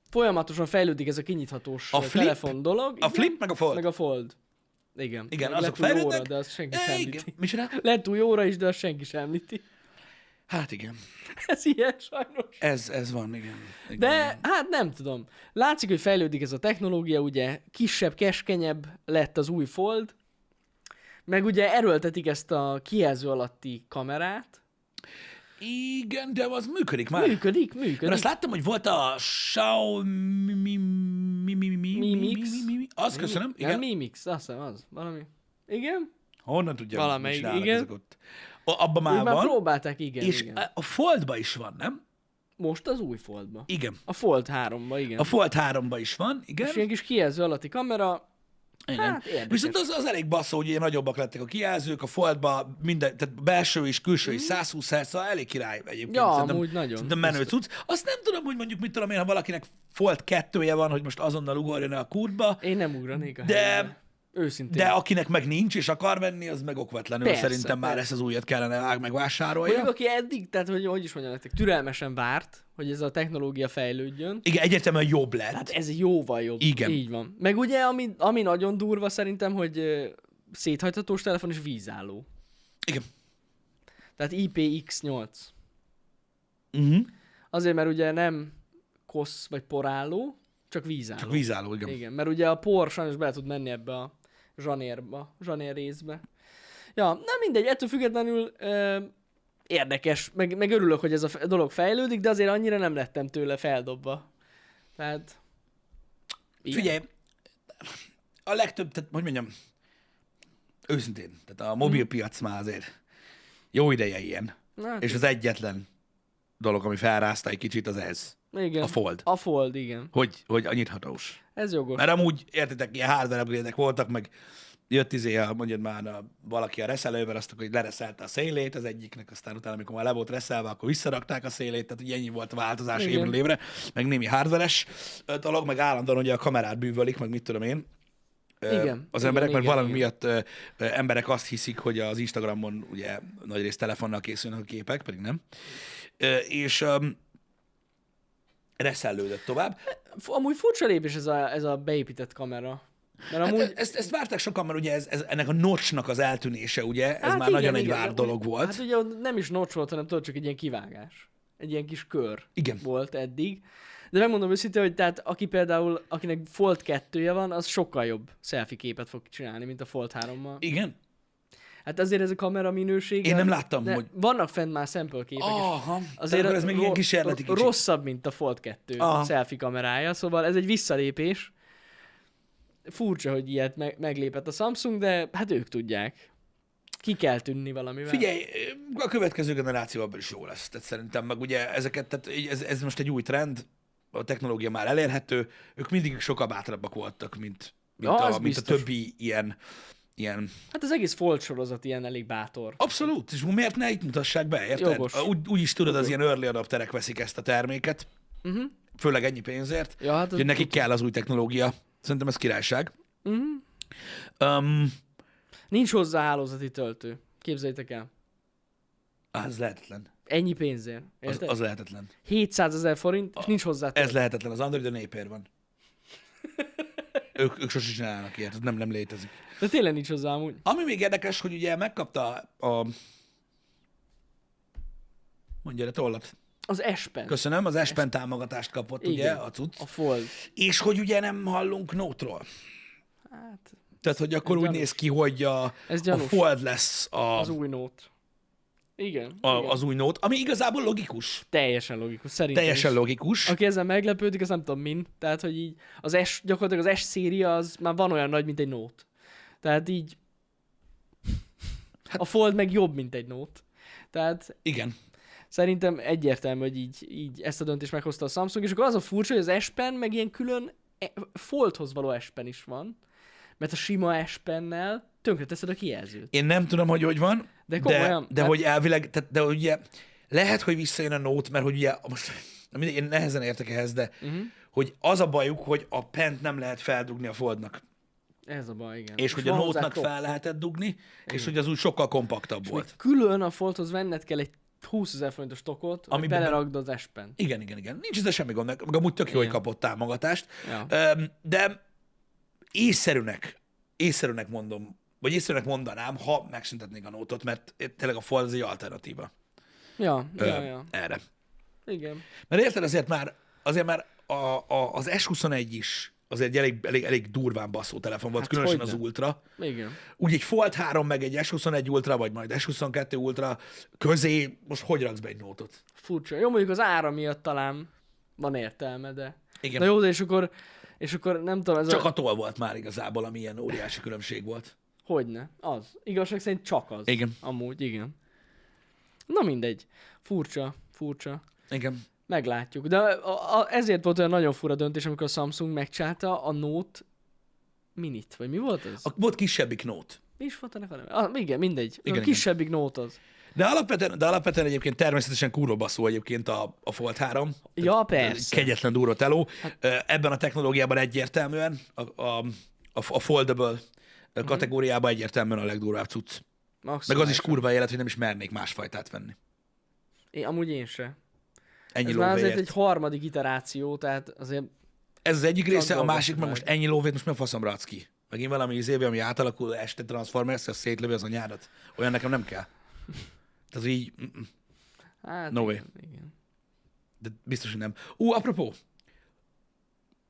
Folyamatosan fejlődik ez a kinyithatós A a flip? telefon dolog. a flip meg a fold. Meg a fold. Igen. Igen, Meg azok lett új óra, fejlődnek. de azt senki Ö, sem *laughs* Igen. említi. Mit csinál? Lett új óra is, de azt senki sem említi. Hát igen. *laughs* Ez ilyen sajnos. Ez, ez van, igen. igen. De hát nem tudom. Látszik, hogy fejlődik ez a technológia, ugye kisebb, keskenyebb lett az új fold, meg ugye erőltetik ezt a kijelző alatti kamerát. Igen, de az működik már. Működik. Működik, működik. Mert azt láttam, hogy volt a Xiaomi... Mi, mi, mi, mi, mi, mi, Mimix. mi, mi. Azt köszönöm. Mi, nem, Igen. Mimix, azt hiszem az. Valami. Igen? Honnan tudja, Valamelyik, Valamelyik, igen. igen. ezek ott. A, abban Már, már már van. próbálták, igen, És és igen. a- a Foldba is van, nem? Most az új foldba. Igen. A fold 3-ba, igen. A Fold 3-ba is van, És ilyen igen. kis kijelző alatti kamera, igen. hát érdekes. Viszont az, az elég basszó, hogy ugye nagyobbak lettek a kijelzők, a Foldba minden, tehát belső és külső is 120 Hz, szóval elég király egyébként. Mhm. Ja, Szerintem- amúgy nagyon. Szerintem menő cucc. Azt nem tudom, hogy mondjuk mit tudom én, ha valakinek Fold 2-je van, hogy most azonnal ugorjon el a kurtba, én nem ugranék a De- helyemre. Őszintén. De akinek meg nincs és akar venni, az meg okvetlenül Persze, persze, szerintem már persze. ezt az újat kellene ág- megvásárolja. Mondjuk, aki eddig, tehát hogy, hogy is mondjam nektek, türelmesen várt, hogy ez a technológia fejlődjön. Igen, egyértelműen jobb lett. Hát ez jóval jobb. Igen. Így van. Meg ugye, ami, ami nagyon durva szerintem, hogy ö, széthajtatós telefon és vízálló. Igen. Tehát IPX8. Uh-huh. Azért, mert ugye nem kosz vagy porálló, csak vízálló. Csak vízálló, igen. igen. Igen, mert ugye a por sajnos bele tud menni ebbe a zsanérba, zsanér részbe. Ja, na mindegy, ettől függetlenül ö, érdekes, meg, meg örülök, hogy ez a f- dolog fejlődik, de azért annyira nem lettem tőle feldobva. Tehát... igen. Figyelj, a legtöbb, tehát hogy mondjam, őszintén, tehát a mobilpiac már azért jó ideje ilyen. Na, És az egyetlen dolog, ami felrázta egy kicsit, az ez. igen. a fold. A fold, igen. Hogy, hogy a nyithatós. Ez jogos. Mert amúgy, értitek, ilyen hardware upgrade voltak, meg jött izé, a, mondjad már a, valaki a reszelővel, azt akkor, hogy lereszelte a szélét az egyiknek, aztán utána, amikor már le volt reszelve, akkor visszarakták a szélét, tehát ugye ennyi volt a változás Igen. évről évre, meg némi hardveres dolog, meg állandóan ugye a kamerát bűvölik, meg mit tudom én. Ö, Igen. Az Igen, emberek, mert igen, valami igen. miatt ö, ö, emberek azt hiszik, hogy az Instagramon ugye nagyrészt telefonnal készülnek a képek, pedig nem. Ö, és um, reszelődött tovább. F- Amúgy furcsa lépés ez a, ez a beépített kamera. Mert Hát amúgy... Amúgy... ezt, ezt várták sokan, mert ugye ez, ez, ennek a nocsnak az eltűnése, ugye, ez már nagyon egy várt de dolog ugye- volt. Hát ugye ott nem is nocs volt, hanem tudod, csak egy ilyen kivágás. Egy ilyen kis kör Igen. volt eddig. De megmondom őszintén, hogy tehát aki például, akinek Fold 2 van, az sokkal jobb selfie képet fog csinálni, mint a Fold 3-mal. Igen? Hát azért ez a kamera minősége... Én nem láttam, de hogy- Vannak fent már sample képek is. Aha, Azért azért akkor ez még ilyen ro- kísérleti ro- kicsit. Rossz... Rosszabb, mint a Fold 2 Aha. selfie kamerája, szóval ez egy visszalépés. Furcsa, hogy ilyet meg- meglépett a Samsung, de hát ők tudják. Ki kell tűnni valamivel. Figyelj, a következő generáció abban is jó lesz. Tehát szerintem meg ugye ezeket, tehát így ez, ez most egy új trend, a technológia már elérhető, ők mindig sokkal bátrabbak voltak, mint, mint, Ja, az a, mint a biztos. többi ilyen, ilyen Hát az egész Fold sorozat ilyen elég bátor. Abszolút, és miért ne itt mutassák be, érted? Jogos. Mhm. Úgy, úgy is tudod, az ilyen early adapterek veszik ezt a terméket, uh-huh. főleg ennyi pénzért, Ja, hát az hogy nekik kell az új technológia. Szerintem ez királyság. Mhm. Um, Nincs hozzá hálózati töltő. Képzeljétek el. az Ah, lehetetlen. Ennyi pénzért. Az, Érted? az E- lehetetlen. 700 ezer forint, és nincs hozzá Ez töltő. lehetetlen. Az Android a népér *laughs* van. Ők, ők sosem csinálnak ilyet, ez nem, nem létezik. De tényleg nincs hozzá amúgy. Ami még érdekes, hogy ugye megkapta a... Mondja le tollat. Az Espen. Köszönöm, az Espen támogatást kapott, Igen. ugye, Igen. a cucc. A Fold. És hogy ugye nem hallunk nótról. Hát, Tehát, hogy akkor úgy gyanús. néz ki, hogy a, Ez a gyanús. Fold lesz a, az új Note. Igen. a, igen. az új nót, ami igazából logikus. Teljesen logikus, szerintem Teljesen is. logikus. Aki ezen meglepődik, az nem tudom min. Tehát, hogy így az S, gyakorlatilag az S széria az már van olyan nagy, mint egy Note. Tehát így Hát- a Fold meg jobb, mint egy Note. Tehát Igen. Szerintem egyértelmű, hogy így, így ezt a döntést meghozta a Samsung, és akkor az a furcsa, hogy az S Pen meg ilyen külön e- foldhoz való S Pen is van, mert a sima S Pennel tönkre teszed a kijelzőt. Én nem tudom, hogy hogy van, de, De de, komolyan, de hát- hogy elvileg, tehát, de ugye lehet, hogy visszajön a nót, mert hogy ugye most na mindegy, én nehezen értek ehhez, de Mhm. uh-huh. hogy az a bajuk, hogy a pent nem lehet feldugni a foldnak. Ez a baj, igen. És hogy a van hozzá nótnak top. fel lehetett dugni, és hogy az úgy sokkal kompaktabb Még volt. Külön a foldhoz venned kell egy 20 ezer forintos tokot, ami Amiben- beleragd az S Pen. Igen, igen, igen. Nincs ez semmi gond, meg meg amúgy tök jó, hogy Igen. kapott támogatást. Ja. Öm, De észszerűnek, észszerűnek mondom, vagy észszerűnek mondanám, ha megszüntetnék a nótot, mert tényleg a fold az egy alternatíva Ja, ja, öm, ja. erre. Igen. Mert érted, azért már, azért már a, a, az S21 is azért egy elég, elég, elég durván baszó telefon volt, hát Hát különösen az hogyne. Ultra. Igen. Úgy egy Fold 3, meg egy S21 Ultra, vagy majd S22 Ultra közé, most hogy raksz be egy nótot? Furcsa. Jó, mondjuk az ára miatt talán van értelme, de... Igen. Na jó, de és akkor, és akkor nem tudom, ez Csak a... a toll volt már igazából, ami ilyen óriási különbség volt. Hogyne, az. Igazság szerint csak az. Igen. Amúgy, igen. Na mindegy. Furcsa, furcsa. Igen. Meglátjuk. De a, a, ezért volt olyan nagyon fura döntés, amikor a Samsung megcsálta a Note Minit, vagy mi volt az? A... A, volt kisebbik nót. Mi is volt annak a neve? Ah, igen, mindegy. Igen, Igen, a igen. kisebbik Note az. De alapvetően, de alapvetően egyébként természetesen kurva baszó egyébként a, a Fold 3. Ja, Tehát persze. Hát- Kegyetlen durva teló. Ö, Ebben a technológiában egyértelműen a, a, a, a foldable ö, Mhm. kategóriában egyértelműen a legdurvább cucc. Meg Maximális. az is kurva élet, hogy nem is mernék más fajtát venni. Én, amúgy én se. Ennyi Ez már azért lóvéért. egy harmadik iteráció, tehát azért Ez az egyik része, a dolgoznak másik meg már. most ennyi lóvét, most mi a faszomra adsz ki? Megint valami izébe, ami átalakul, este Transformers, az szétlövi az anyádat. Olyan nekem nem kell. Tehát így, mm, mm, hát No igen, igen. de biztos, hogy nem. Ú, apropó,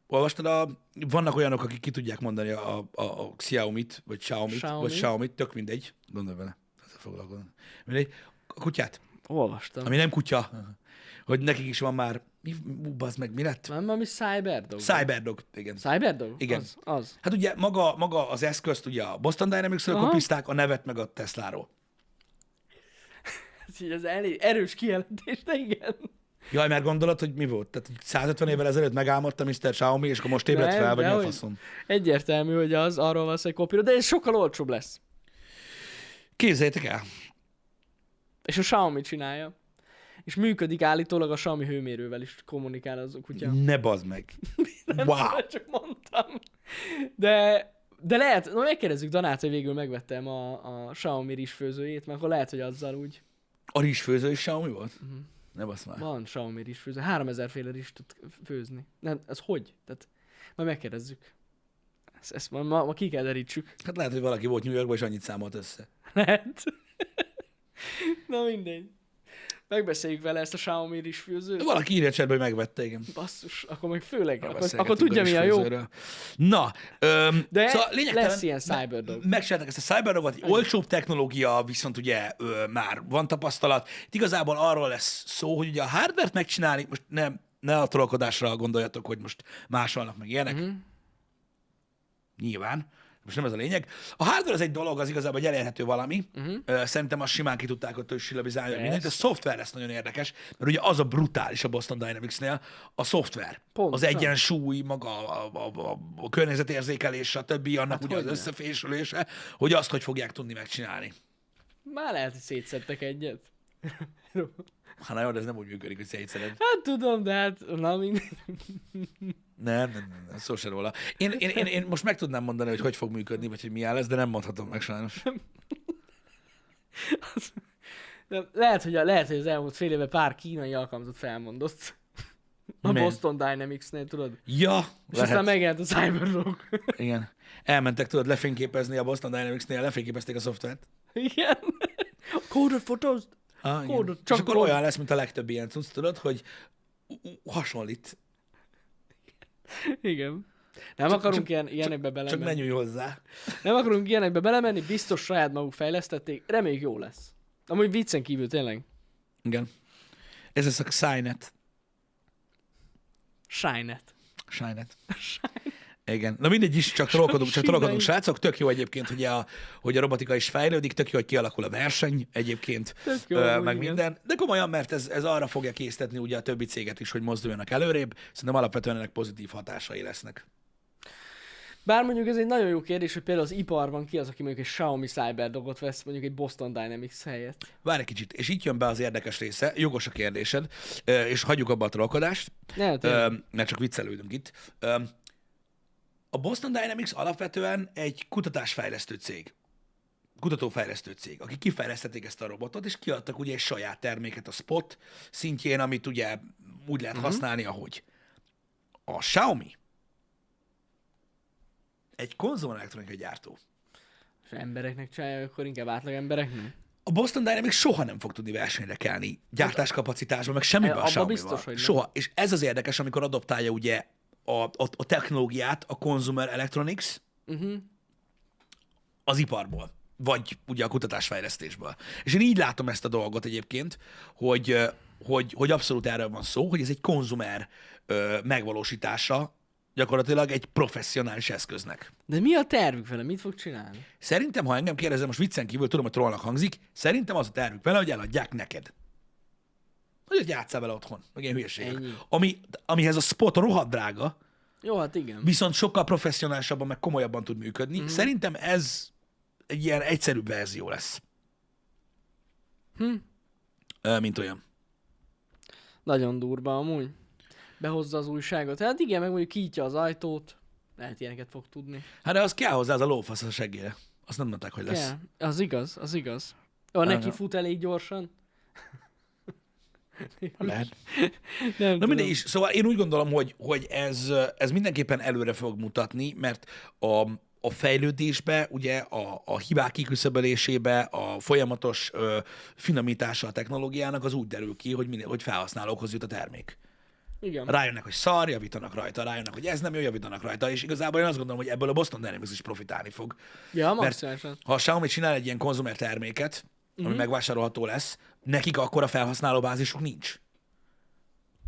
olvastad a... Vannak olyanok, akik ki tudják mondani a, a, a Xiaomi-t, vagy Xiaomi-t, Xiaomi. Xiaomi. vagy Xiaomi-t, tök mindegy. Gondolj vele, ezzel foglalkozom. Mindegy. A kutyát, Olvastam. ami nem kutya, hogy nekik is van már... Mi, ú, bazd meg, mi lett? Nem valami Cyberdog? Cyberdog, igen. Cyberdog? Igen. Az, az. Hát ugye maga, maga az eszközt ugye a Boston Dynamics-ről Aha. kopizták, a nevet meg a Tesláról. Ez így az elég erős kijelentés, de igen. Jaj, mert gondolod, hogy mi volt? Tehát hogy 150 évvel ezelőtt megálmodta Mr. Xiaomi, és akkor most ébredt Nem, fel, vagy mi a dehogy. faszom? Egyértelmű, hogy az arról van szó, hogy kopíra, de ez sokkal olcsóbb lesz. Képzeljétek el, És a Xiaomi csinálja. És működik állítólag a Xiaomi hőmérővel is kommunikál az a kutya. ne bazd *laughs* meg. Wow. Csak mondtam. De, de lehet, na megkérdezzük Danát, hogy végül megvettem a, a Xiaomi rizsfőzőjét, mert akkor lehet, hogy azzal úgy. A rizsfőző is Xiaomi volt? Mhm. Ne basz már. Van Xiaomi rizsfőző, 3000 féle rizs tud főzni. Nem, ez hogy? Tehát, majd megkérdezzük. Ezt, ezt ma, ma, ma ki kell derítsük. Hát lehet, hogy valaki volt New Yorkban, és annyit számolt össze. Lehet. Na mindegy. Megbeszéljük vele ezt a Xiaomi is főzőt. Valaki írja cserbe, hogy megvette, igen. Basszus, akkor meg főleg, Arra akkor, beszélgetünk akkor tudja mi a jó. rizsfőzőről. Na, öm, De szóval lényegtelen- lesz ilyen Cyberdog. megcsinálták ezt a Cyberdogot, egy olcsóbb technológia, viszont ugye ö, már van tapasztalat. Itt igazából arról lesz szó, hogy ugye a hardvert megcsinálni, most nem, ne a trollkodásra gondoljatok, hogy most másolnak meg ilyenek. Mm-hmm. Nyilván. Most nem ez a lényeg. A hardware az egy dolog, az igazából egy elérhető valami. Uh-huh. Szerintem azt simán ki tudták ott silabizálni, hogy mindent. A szoftver lesz nagyon érdekes, mert ugye az a brutális a Boston Dynamics-nél, a szoftver. Az Pontosan. egyensúly, maga a, a, a, a környezetérzékelés, a többi, annak ugye az Hát hogyne. összefésülése, hogy azt hogy fogják tudni megcsinálni. Már lehet, hogy szétszedtek egyet. Hát na jó, de ez nem úgy működik, hogy szétszered. Hát tudom, de hát na mindegy. Nem, nem, nem, nem, szó se róla. Én, én, én, én, most meg tudnám mondani, hogy hogy fog működni, vagy hogy mi áll ez, de nem mondhatom meg sajnos. Nem, lehet, hogy a, lehet, hogy az elmúlt fél éve pár kínai alkalmazott felmondott. A Mi? Boston Dynamics-nél, tudod? Lehet. Ja, És aztán megjelent a Cyberlock. Igen. Elmentek, tudod, lefényképezni a Boston Dynamics-nél, lefényképezték a szoftvert. Igen. Kódot fotózd. Ah, igen. Kódot, Csak csak és akkor kód. olyan lesz, mint a legtöbb ilyen cucc, tudod, hogy ú- ú, hasonlít. Igen. Nem csak, akarunk csak, ilyen, ilyenekbe Csak belemenni. ne nyúj hozzá. Nem akarunk ilyenekbe belemenni, biztos saját maguk fejlesztették, reméljük jó lesz. Amúgy viccen kívül tényleg. Igen. Ez lesz a Signet. Shinet. Signet. Igen. Na mindegy is, csak trollkodunk, csak trollkodunk, Sinet. srácok. Tök jó egyébként, hogy a, hogy a robotika is fejlődik, tök jó, hogy kialakul a verseny egyébként, Tök jó, ö, amúgy meg igen. minden. De komolyan, mert ez, ez arra fogja késztetni ugye a többi céget is, hogy mozduljanak előrébb. Szerintem alapvetően ennek pozitív hatásai lesznek. Bár mondjuk ez egy nagyon jó kérdés, hogy például az iparban ki az, aki mondjuk egy Xiaomi Cyberdogot vesz, mondjuk egy Boston Dynamics helyett. Várj egy kicsit, és itt jön be az érdekes része, jogos a kérdésed, ö, és hagyjuk abba a trollkodást, Ne, tényleg. ö, mert csak viccelődünk itt. Ö, A Boston Dynamics alapvetően egy kutatásfejlesztő cég, kutatófejlesztő cég, akik kifejlesztették ezt a robotot, és kiadtak ugye egy saját terméket a Spot szintjén, amit ugye úgy lehet használni, ahogy. A Xiaomi egy konzolelektronikai gyártó. És embereknek csinálják, akkor inkább átlag embereknek. a Boston Dynamics soha nem fog tudni versenyre kelni gyártáskapacitásban, meg semmiben E, a abba Xiaomival. biztos, hogy nem. Soha. És ez az érdekes, amikor adoptálja ugye a, a, a technológiát, a consumer electronics Mhm. az iparból, vagy ugye a kutatásfejlesztésből. És én így látom ezt a dolgot egyébként, hogy, ö, hogy, hogy abszolút erről van szó, hogy ez egy konzumer ö, megvalósítása gyakorlatilag egy professzionális eszköznek. De mi a tervük vele? Mit fog csinálni? Szerintem, ha engem kérdezem, most viccen kívül tudom, hogy trollnak hangzik, szerintem az a tervük vele, hogy eladják neked. Hogy hogy játsszál vele otthon, meg ilyen hülyeségek. Ennyi. Ami, amihez a spot rohadt drága, Jó, hát igen. viszont sokkal professzionálisabban, meg komolyabban tud működni. Mm. Szerintem ez egy ilyen egyszerűbb verzió lesz. Hm. Ö, mint olyan. Nagyon durva amúgy. Behozza az újságot. Hát igen, meg mondjuk kiítja az ajtót. Lehet ilyeneket fog tudni. Hát de az kell hozzá, az a lófasz a seggére. Azt nem mondták, hogy lesz. Kell. Az igaz, az igaz. Ha neki Aha. fut elég gyorsan. Lehet. Nem Na tudom. mindegy is. Szóval én úgy gondolom, hogy, hogy ez, ez mindenképpen előre fog mutatni, mert a, a fejlődésbe, ugye a, a hibák kiküszöbölésébe, a folyamatos ö, finomítása a technológiának az úgy derül ki, hogy, minél, hogy felhasználókhoz jut a termék. Igen. Rájönnek, hogy szar, javítanak rajta, rájönnek, hogy ez nem jó, javítanak rajta, és igazából én azt gondolom, hogy ebből a Boston Dynamics is profitálni fog. Ja, Mert maximálisan. ha a Xiaomi csinál egy ilyen konzumer terméket, ami Mhm. megvásárolható lesz, nekik akkor a felhasználóbázisuk nincs.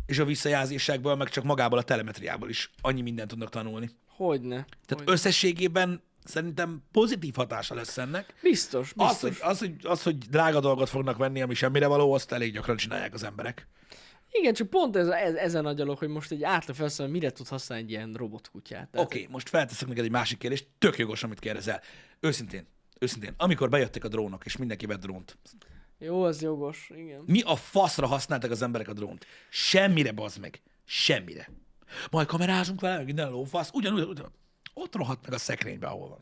És a visszajelzésekből, meg csak magából a telemetriából is annyi mindent tudnak tanulni. Hogyne. Tehát Hogyne. összességében szerintem pozitív hatása lesz ennek. Biztos, biztos. Az hogy, az, hogy, az, hogy drága dolgot fognak venni, ami semmire való, azt elég gyakran csinálják az emberek. Hát Igen, csak pont ez, a- ez, ezen a gyalog, hogy most egy átlag felszálló, mire tud használni egy ilyen robotkutyát. Tehát Oké, okay, most felteszek neked egy másik kérdést, tök jogos, amit kérdezel. Őszintén, őszintén, amikor bejöttek a drónok, és mindenki vett drónt, Jó, az jogos, igen. Mi a faszra használtak az emberek a drónt? Semmire, bazd meg. Semmire. Majd kamerázunk vele, meg minden lófasz. Ugyanúgy, ugyanúgy. Ott rohadt meg a szekrénybe, ahol van.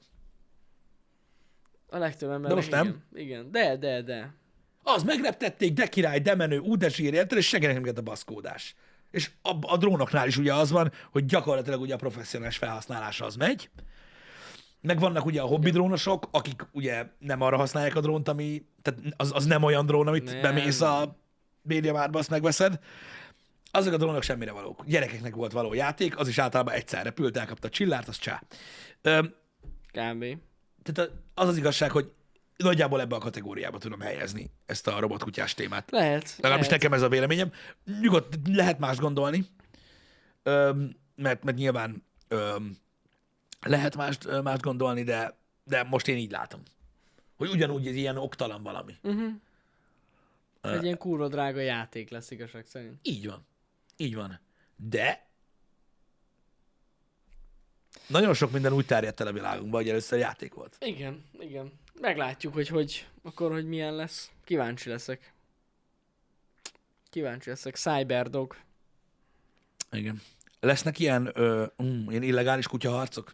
A legtöbb ember. De most nem. Igen. igen. De, de, de. Az megreptették, de király, de menő, ú, de zsír, érted, és senkinek nem kellett a baszkódás. És a, a drónoknál is ugye az van, hogy gyakorlatilag ugye a professzionális felhasználása az megy, meg vannak ugye a hobbi drónosok, akik ugye nem arra használják a drónt, ami, tehát az, az nem olyan drón, amit Nem. nem. bemész a médiamárba, azt megveszed. Azok a drónok semmire valók. Gyerekeknek volt való játék, az is általában egyszer repült, elkapta a csillárt, az csá. Öm, Kb. tehát az az igazság, hogy nagyjából ebbe a kategóriába tudom helyezni ezt a robotkutyás témát. Lehet. Legalábbis lehet. nekem ez a véleményem. Nyugodt, lehet más gondolni, öm, mert, mert nyilván öm, lehet más, más gondolni, de, de most én így látom. Hogy ugyanúgy ez ilyen oktalan valami. Egy ilyen kurva drága játék lesz igazság szerint. Így van. Így van. De nagyon sok minden úgy terjedt el a világunkba, hogy először játék volt. Igen, igen. Meglátjuk, hogy hogy, akkor hogy milyen lesz. Kíváncsi leszek. Kíváncsi leszek. Cyberdog. Igen. Lesznek ilyen, ö, mm, ilyen illegális kutyaharcok?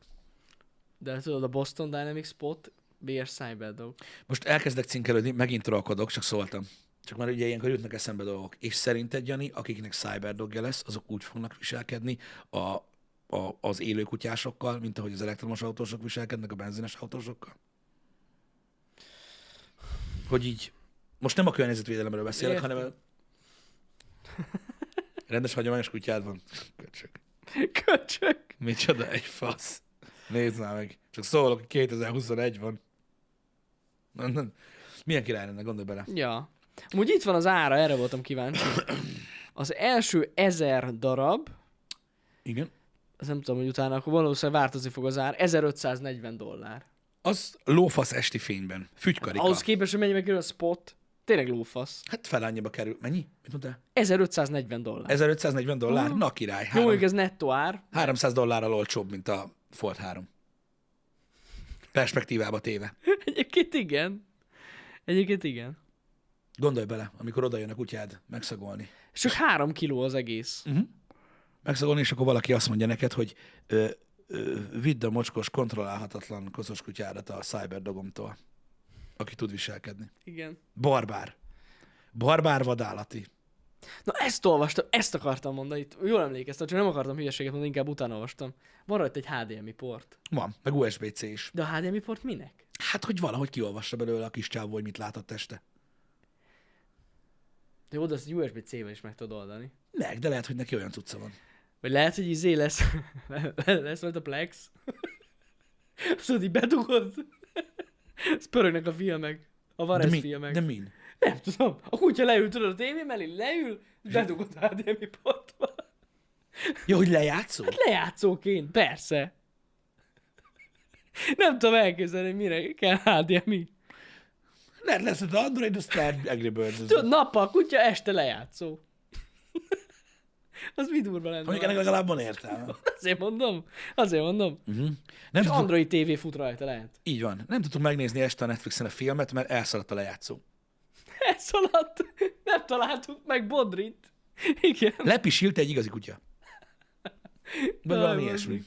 De tudod, a Boston Dynamics Spot, BR Cyberdog. Most elkezdek cinkelődni, megint trollkodok, csak szóltam. Csak már ugye ilyenkor jutnak eszembe dolgok. És szerinted, Jani, akiknek cyberdogja lesz, azok úgy fognak viselkedni a, a, az élő kutyásokkal, mint ahogy az elektromos autósok viselkednek a benzines autósokkal? Hogy *laughs* így, most nem a környezetvédelemről beszélek, Értem. hanem a... Rendes hagyományos kutyád van. Köcsög. Köcsök. Micsoda egy fasz. Nézd már meg. Csak szólok, hogy 2021 van. Nem, nem. Milyen király lenne, gondolj bele. Ja. Amúgy itt van az ára, erre voltam kíváncsi. Az első ezer darab, Igen. az nem tudom, hogy utána, akkor valószínűleg változni fog az ár, 1540 dollár. Az lófasz esti fényben. Fügykarika. Ahhoz képest, hogy mennyibe kerül a spot, tényleg lófasz. Hát fel annyiba kerül. Mennyi? Mit mondtál? 1540 dollár. 1540 dollár? Na király. Jó, Három, hogy ez nettó ár. *laughs* 300 dollárral olcsóbb, mint a Ford 3. Perspektívába téve. Egyébként igen. Egyébként igen. Gondolj bele, amikor odajön a kutyád megszagolni. És csak három kiló az egész. megszagolni, és akkor valaki azt mondja neked, hogy ö, ö, vidd a mocskos, kontrollálhatatlan koszos kutyádat a cyberdogomtól, aki tud viselkedni. Igen. Barbár. Barbár vadállati. Na ezt olvastam, ezt akartam mondani. Itt jól emlékeztem, csak nem akartam hülyeséget mondani, inkább utána olvastam. Van rajta egy HDMI port. Van, meg USB-C is. De a HDMI port minek? Hát, hogy valahogy kiolvassa belőle a kis csávó, hogy mit látott este. De oda azt USB-C-vel is meg tudod oldani. Meg, de lehet, hogy neki olyan cucca van. Vagy lehet, hogy izé lesz, *laughs* lesz majd a Plex. Azt mondod, így bedugod. Ezt pörögnek a filmek. A De, Varez mi, filmek. de min? Nem tudom. A kutya leül, tudod, a tévé mellé leül, bedugod a HDMI portba. Jó, hogy lejátszó? Lejátszóként, persze. Nem tudom elképzelni, hogy mire kell HDMI. Lehet lesz, hogy Android, aztán Angry Birds. Tudod, nappal kutya, este lejátszó. *laughs* Az mi durva Mondjuk ennek lenne? legalább van értelme. Azért mondom, azért mondom. Nem És tudtuk, Android TV fut rajta, lehet. így van. Nem tudtuk megnézni este a Netflixen a filmet, mert elszaladt a lejátszó. Ez alatt nem találtuk meg Bodrit. Igen. Lepisilt egy igazi kutya. Vagy Jaj, valami bazdmeg. ilyesmi.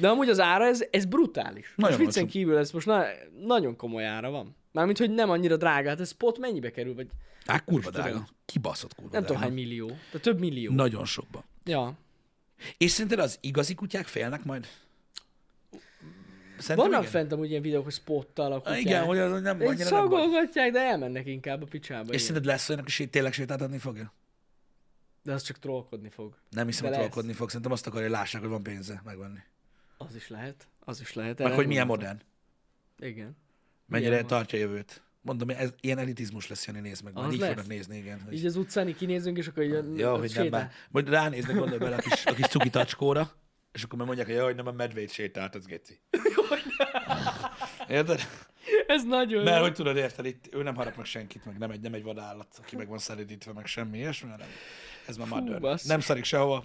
De amúgy az ára, ez, ez brutális. Nagyon Nagyon most viccen olcsó. kívül ez most na, nagyon komoly ára van. Mármint, hogy nem annyira drága, hát ez spot mennyibe kerül, vagy nem Á, Hát, kurva Tudom. drága. Kibaszott kurva tudom drága. hány millió, de több millió. Na. Nagyon sokban. Ja. Hát És szerinted az igazi kutyák félnek majd? Szerintem Vannak igen. fent amúgy ilyen videók, hogy spottal a Há, kutyák. szóval Igen, hogy az nem Így annyira nem baj. szagolgatják, de elmennek inkább a picsába. És És szerinted lesz olyan, aki tényleg sétáltatni fogja? De az csak trollkodni fog. Nem hiszem, De hogy lesz. trollkodni fog. Szerintem azt akarja, hogy lássák, hogy van pénze megvenni. Az is lehet. Az is lehet. Meg erre hogy milyen gondoltam. modern. Igen. Mennyire modern. tartja a jövőt. Mondom, ez ilyen elitizmus lesz, Jani, nézd meg. Majd Az így lesz. fognak nézni, igen. hogy- Így az utcán így kinézünk, és akkor így a- Ja, a hogy nem sétál- már. Majd ránéznek, gondolj bele a kis, a kis cuki tacskóra, és akkor már mondják, hogy jaj, hogy nem a medvét sétált, az geci. Érted? Ez nagyon Mert jó. hogy tudod, érted, itt ő nem harap meg senkit, meg nem egy, nem egy vadállat, aki meg van szelidítve, meg semmi ilyesmi, hanem ez már már dörr. basszus. Nem szarik sehova.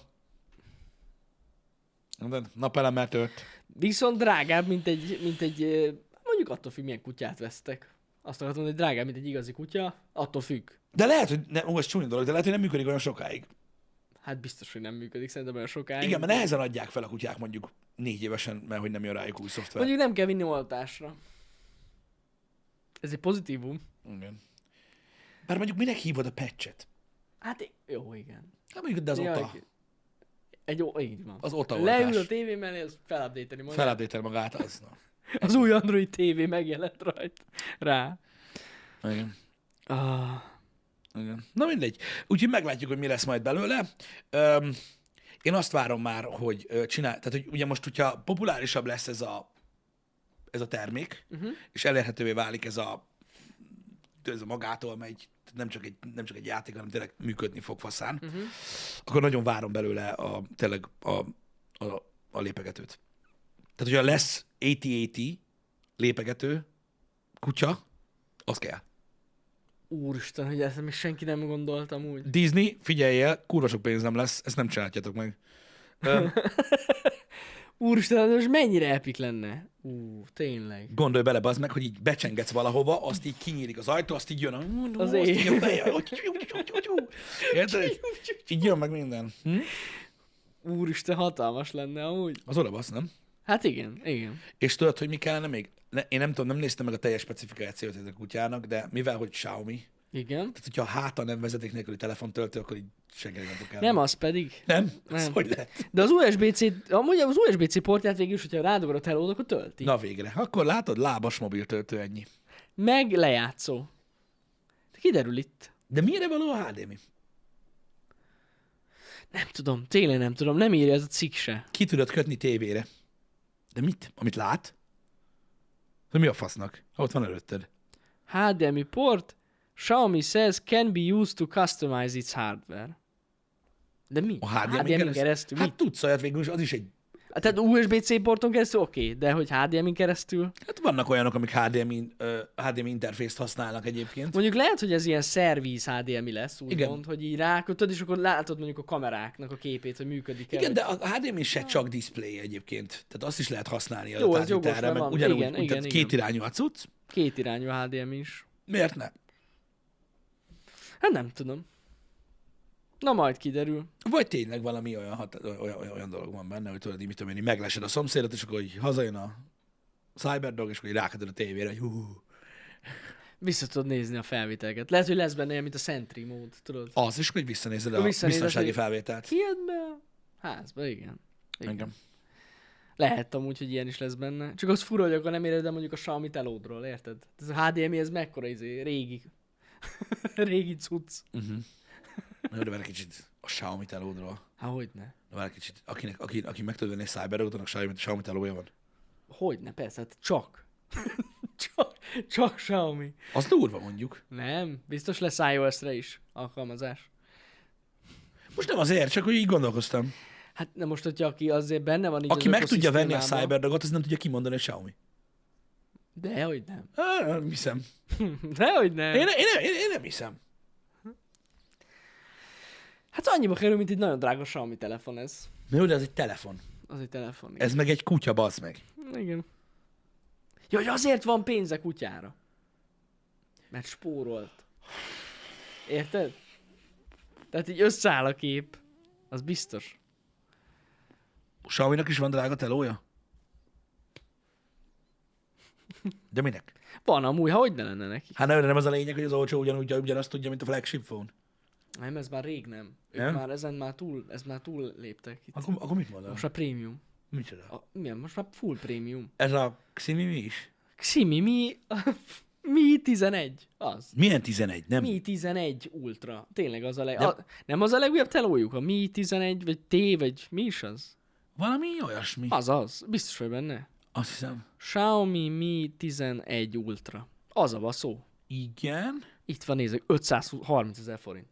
Érted? Napelemmel tört. Viszont drágább, mint egy, mint egy, ö, mondjuk attól függ, milyen kutyát vesztek. Azt akartam mondani, hogy drágább, mint egy igazi kutya, attól függ. De lehet, hogy nem, ó, ez csúnya dolog, de lehet, hogy nem működik olyan sokáig. Hát biztos, hogy nem működik, szerintem olyan sokáig. Igen, mert nehezen adják fel a kutyák mondjuk négy évesen, mert hogy nem jön rájuk új szoftver. Mondjuk nem kell vinni oltásra. Ez egy pozitívum. Igen. Bár mondjuk minek hívod a patchet? Hát i- jó, igen. Hát mondjuk, de az Néha ota. egy- Egy ó, így van. Az ota Leül a oltás. tévé mellé, az felupdate majd. Felupdate magát, az. Na. Az új Android TV megjelent rajt rá. Igen. Ah, Igen. Na mindegy. Úgyhogy meglátjuk, hogy mi lesz majd belőle. Öm, én azt várom már, hogy ö, csinál, tehát hogy ugye most, hogyha populárisabb lesz ez a, ez a termék, uh-huh. és elérhetővé válik ez a, ez a magától megy, tehát nem csak, egy, nem csak egy játék, hanem tényleg működni fog faszán, uh-huh. akkor nagyon várom belőle a, tényleg a, a, a lépegetőt. Tehát, hogyha lesz 80 lépegető kutya, az kell. úristen, hogy ezt még senki nem gondoltam úgy. Disney, figyeljél, kurva sok pénz nem lesz, ezt nem csináljátok meg. Öm, Úristen, most mennyire epik lenne. Ú, tényleg. Gondolj bele, az meg, hogy így becsengetsz valahova, azt így kinyílik az ajtó, azt így jön a... Az azt ég. így a feje. Érted? Így jön meg minden. Hm? Úristen, hatalmas lenne amúgy. Az olabasz, nem? Hát igen, igen. És tudod, hogy mi kellene még? Ne, én nem tudom, nem néztem meg a teljes specifikációt ennek a kutyának, de mivel, hogy Xiaomi, Igen. tehát hogyha a háta nem vezeték nélküli telefontöltő, akkor így senkinek nem fog el. Nem az pedig. Nem? nem. Ez Nem. hogy lett? De az USB-C, amúgy az USB-C portját végül is, hogyha rádugod a telód, akkor tölti. Na. Na végre. Akkor látod, lábas mobiltöltő ennyi. Meg lejátszó. De kiderül itt. De mire való a HDMI? Nem tudom, tényleg nem tudom, nem írja ez a cikk se. Ki tudod kötni tévére? De mit? Amit lát? De mi a fasznak? Ha ott van előtted. HDMI port, Xiaomi says can be used to customize its hardware. De mi? A HDMI, HDMI -n keresztül? Hát Hát, tudsz olyat végül is, az is egy... Tehát USB-C porton keresztül oké, okay, de hogy HDMI -n keresztül? Hát vannak olyanok, amik HDMI, uh, HDMI interfészt használnak egyébként. Mondjuk lehet, hogy ez ilyen szerviz HDMI lesz, Igen. úgymond, hogy így rákötöd, és akkor látod mondjuk a kameráknak a képét, hogy működik Igen, de a HDMI se csak display egyébként. Tehát azt is lehet használni Jó, a ez jogos, tárgyitára, mert meg van. ugyanúgy, Igen, igen, úgy, igen, tehát igen. két irányú a cucc. Két irányú HDMI is. Miért ne? Hát nem tudom. Na majd kiderül. Vagy tényleg valami olyan, hat, olyan, olyan, olyan dolog van benne, hogy tudod, így, mit tudom én, így meglesed a szomszédot, és akkor így hazajön a Cyberdog, és akkor így rákatod a tévére, hogy hú, Vissza tudod nézni a felvételeket. Lehet, hogy lesz benne olyan, mint a Sentry mód, tudod? az, és akkor így visszanézed a Visszanézed, biztonsági hogy- felvételt. Kijed be a házba, igen. Engem. Lehet amúgy, hogy ilyen is lesz benne. Csak az fura, hogy akkor nem éred el mondjuk a Xiaomi telódról, érted? Ez a HDMI, ez mekkora izé, régi. *laughs* régi cucc. Jó, de várj egy kicsit a Xiaomi telódról. Há, hogyne. De várj egy kicsit. Akinek, aki, aki meg tud venni egy Cyberdogot, annak Xiaomi, Xiaomi telója van. Hogyne, persze, hát csak. *laughs* csak. Csak Xiaomi. Az durva mondjuk. Nem, biztos lesz iOS-re is alkalmazás. Most nem azért, csak hogy így gondolkoztam. Hát na most, hogyha aki azért benne van így Aki az meg tudja venni a ökoszisztémában- Cyberdogot, az nem tudja kimondani, hogy Xiaomi. De hogy nem. *laughs* Á, nem hiszem. De hogy nem. Én, én, én, én nem hiszem. Hát annyiba kerül, mint egy nagyon drága Xiaomi telefon ez. Na Jó, de ez egy telefon. Az egy telefon. igen. Ez meg egy kutya, bazd meg. Igen. Ja, hogy azért van pénze kutyára. Mert spórolt. Érted? Tehát így összeáll a kép. Az biztos. Xiaomi-nak is van drága telója? De minek? Van amúgy, ha hogy ne lenne neki. Hát nem, nem az a lényeg, hogy az olcsó ugyanúgy ugyanazt tudja, mint a flagship phone. Nem, ez már rég nem. Ők Nem? már ezen már túl, ez már túl léptek itt. Akkor, akkor mit mondasz? Most a prémium. Micsoda? A, milyen? Most már full prémium. Ez a Ximi mi is? Ximi, mi... *laughs* mi 11? Az. Milyen 11, nem? Mi 11 Ultra. Tényleg az a leg... Nem, a, nem az a legújabb telójuk? A Mi 11, vagy T, vagy mi is az? Valami olyasmi. Az az. Biztos vagy benne. Azt hiszem. Xiaomi Mi 11 Ultra. Az a szó. Igen. Itt van, nézzük, 530 ezer forint.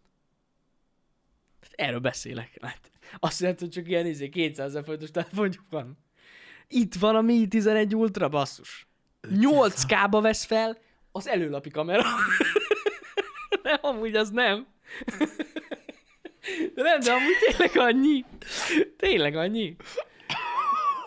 Tehát erről beszélek. Hát, azt jelenti, hogy csak ilyen nézzék, 200 ezer forintos telefonjuk van. Itt van a Mi 11 Ultra, basszus. 8K-ba vesz fel az előlapi kamera. *laughs* nem, amúgy az nem. De nem, de amúgy tényleg annyi. Tényleg annyi.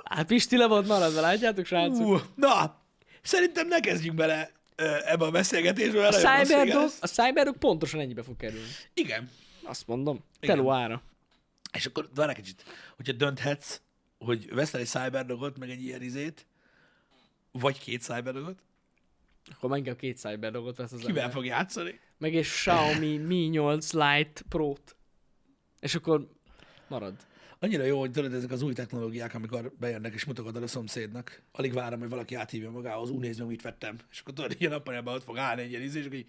Hát Pisti le volt maradva, látjátok, srácok? Ú, na, szerintem ne kezdjünk bele ö, ebbe a beszélgetésbe. mert A nagyon rossz vége Cyberdog, lesz. a Cyberdog pontosan ennyibe fog kerülni. Igen. Azt mondom. Igen. Teló ára. És akkor várj egy kicsit, hogyha dönthetsz, hogy veszel egy cyberdogot, meg egy ilyen izét, vagy két cyberdogot, Akkor már inkább két cyberdogot vesz az kivel ember. fog játszani? Meg egy Xiaomi Mi 8 Lite Pro-t. És akkor marad. Annyira jó, hogy tudod, ezek az új technológiák, amikor bejönnek és mutogatod a szomszédnak, alig várom, hogy valaki áthívja magához, ú, nézd meg, mit vettem. És akkor tudod, ilyen nappal ott fog állni egy ilyen izé, és akkor így...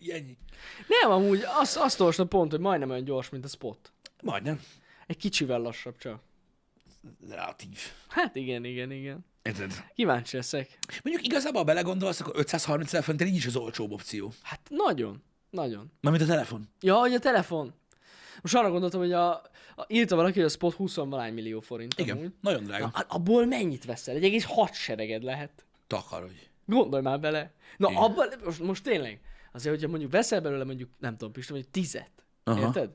Így Ennyi. Nem, amúgy azt, azt olvastam pont, hogy majdnem olyan gyors, mint a Spot. Majdnem. Egy kicsivel lassabb csak. Relatív. Hát igen, igen, igen. Érted? Kíváncsi leszek. Mondjuk igazából, ha belegondolsz, akkor 530 ezer forint így is az olcsóbb opció. Hát nagyon, nagyon. Mármint a telefon. Ja, hogy a telefon. Most arra gondoltam, hogy a, a írta valaki, hogy a Spot 20 valány millió forint. Igen, Amúgy. nagyon drága. A- Abból mennyit veszel? Egy egész hadsereged lehet. Takarodj. Gondolj már bele. Na, Igen. abban, most, most tényleg, azért, hogyha mondjuk veszel belőle mondjuk, nem tudom, Pista, mondjuk tizet, Aha. Aha. érted?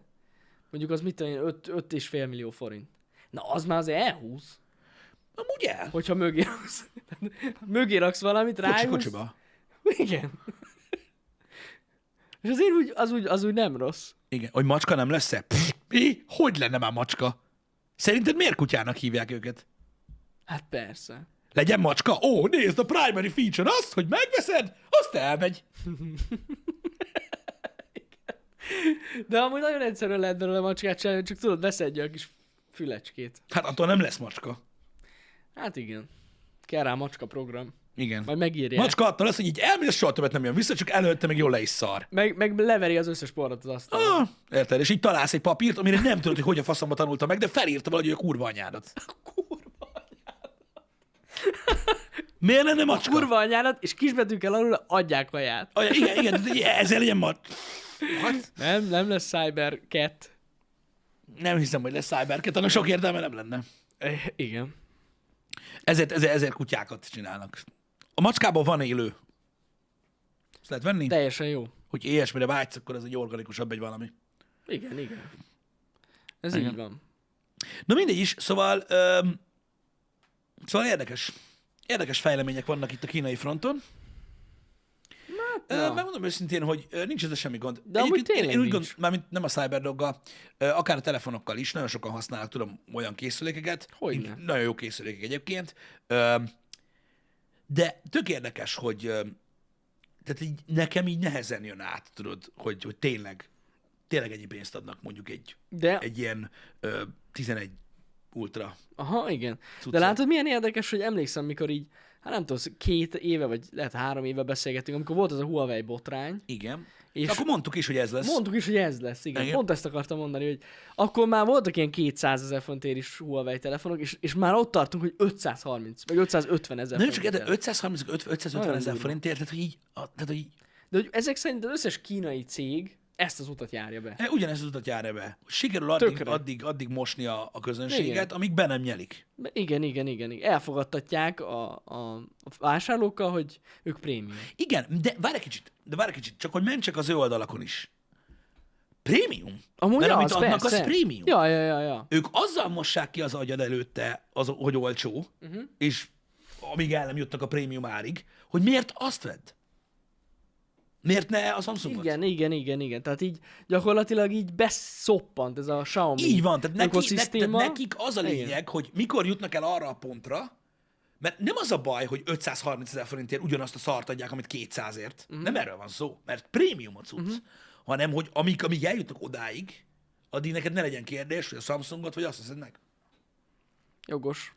Mondjuk az mit tudom én, 5, 5 és fél millió forint. Na az már az elhúz, Amúgy el. hogyha mögé raksz, *laughs* mögé raksz valamit, Kocsi, rájúz. kocsiba. Igen. És azért úgy, az, úgy, az úgy nem rossz. Igen. Hogy macska nem lesz-e? Pff, mi? Hogy lenne már macska? Szerinted miért kutyának hívják őket? Hát persze. Legyen macska? Ó, nézd, a primary feature az, hogy megveszed, azt elmegy. De amúgy nagyon egyszerűen lehet belőle macskát csinálni, csak tudod, beszedje a kis fülecskét. Hát attól nem lesz macska. Hát igen. Kell rá macska program. Igen. Majd megírják. Macska attól lesz, hogy így elmegy, és soha többet nem jön vissza, csak előtte meg jól le is szar. meg, meg leveri az összes porrat az asztalon. Ah, érted? És így találsz egy papírt, amire nem tudod, hogy hogy a faszomba tanulta meg, de felírta valahogy, hogy a kurva anyádat. Kurva. Miért lenne macska? Kurva anyádat, és kisbetűkkel alul adják aját. Anya, igen, igen, tehát így ezzel Hát, legyen macska. What? Nem, nem lesz Cyber Cat. Nem hiszem, hogy lesz Cybercat, annak sok értelme nem lenne. Eh, Igen. Ezért, ezért, ezért kutyákat csinálnak. A macskában van élő. Ezt lehet venni? De... Teljesen jó. Hogy ilyesmire vágysz, akkor ez egy organikusabb egy valami. Igen, igen. Ez Igen. így van. Na mindegy is, szóval, öm, szóval érdekes. Érdekes fejlemények vannak itt a kínai fronton. Na. Hát, Ja. Megmondom őszintén, hogy ö, nincs ez semmi gond. De amúgy Egyébként én, tényleg én úgy nincs. gond, mármint nem a Cyberdoggal, ö, akár a telefonokkal is, nagyon sokan használnak, tudom, olyan készülékeket. Hogyne. Így Nagyon jó készülékek egyébként. Ö, De tök érdekes, hogy ö, tehát így nekem így nehezen jön át, tudod, hogy, hogy tényleg, tényleg ennyi pénzt adnak mondjuk egy, De, egy ilyen ö, 11 ultra. aha, igen. De Cuccok. látod, milyen érdekes, hogy emlékszem, mikor így, hát nem tudom, két éve, vagy lehet három éve beszélgettünk, amikor volt az a Huawei botrány, Igen. És és akkor mondtuk is, hogy ez lesz. Mondtuk is, hogy ez lesz, igen. Igen. igen. Pont ezt akartam mondani, hogy akkor már voltak ilyen 200 ezer fontér is Huawei telefonok, és, és már ott tartunk, hogy 530, vagy 550 ezer Nem csak forint érted, kell. 530 öt- 550 Nagyon ezer durva. forintért, tehát hogy így, a- tehát, hogy így De hogy ezek szerint az összes kínai cég ezt az utat járja be. E, Ugyanezt az utat jár be. Sikerül addig, Tökre. addig, addig mosni a, a közönséget, Igen. Igen. amíg be nem nyelik. De Igen, igen, igen. igen. Elfogadtatják a, a, a vásárlókkal, hogy ők prémium. Igen, de várj egy kicsit, de várj egy kicsit, csak hogy mentsek az ő oldalakon is. Prémium? Amúgy Mert az, amit adnak, persze. az prémium. Ja, ja, ja, ja. Ők azzal mossák ki az agyad előtte, az, hogy olcsó, Mhm. uh-huh. és amíg el nem jutnak a prémium árig, hogy miért azt vedd? Miért ne a Samsungot? Igen, igen, igen, igen. Tehát így gyakorlatilag így beszoppant ez a Xiaomi Így van, tehát neki, ne, tehát ökoszisztéma. nekik az a Igen. lényeg, hogy mikor jutnak el arra a pontra, mert nem az a baj, hogy 530 ezer forintért ugyanazt a szart adják, amit 200-ért. Mhm. Mm. Nem erről van szó, mert prémium a cucc, hanem hogy amíg, amíg eljutnak odáig, addig neked ne legyen kérdés, hogy a Samsungot vagy azt hiszed meg. Jogos.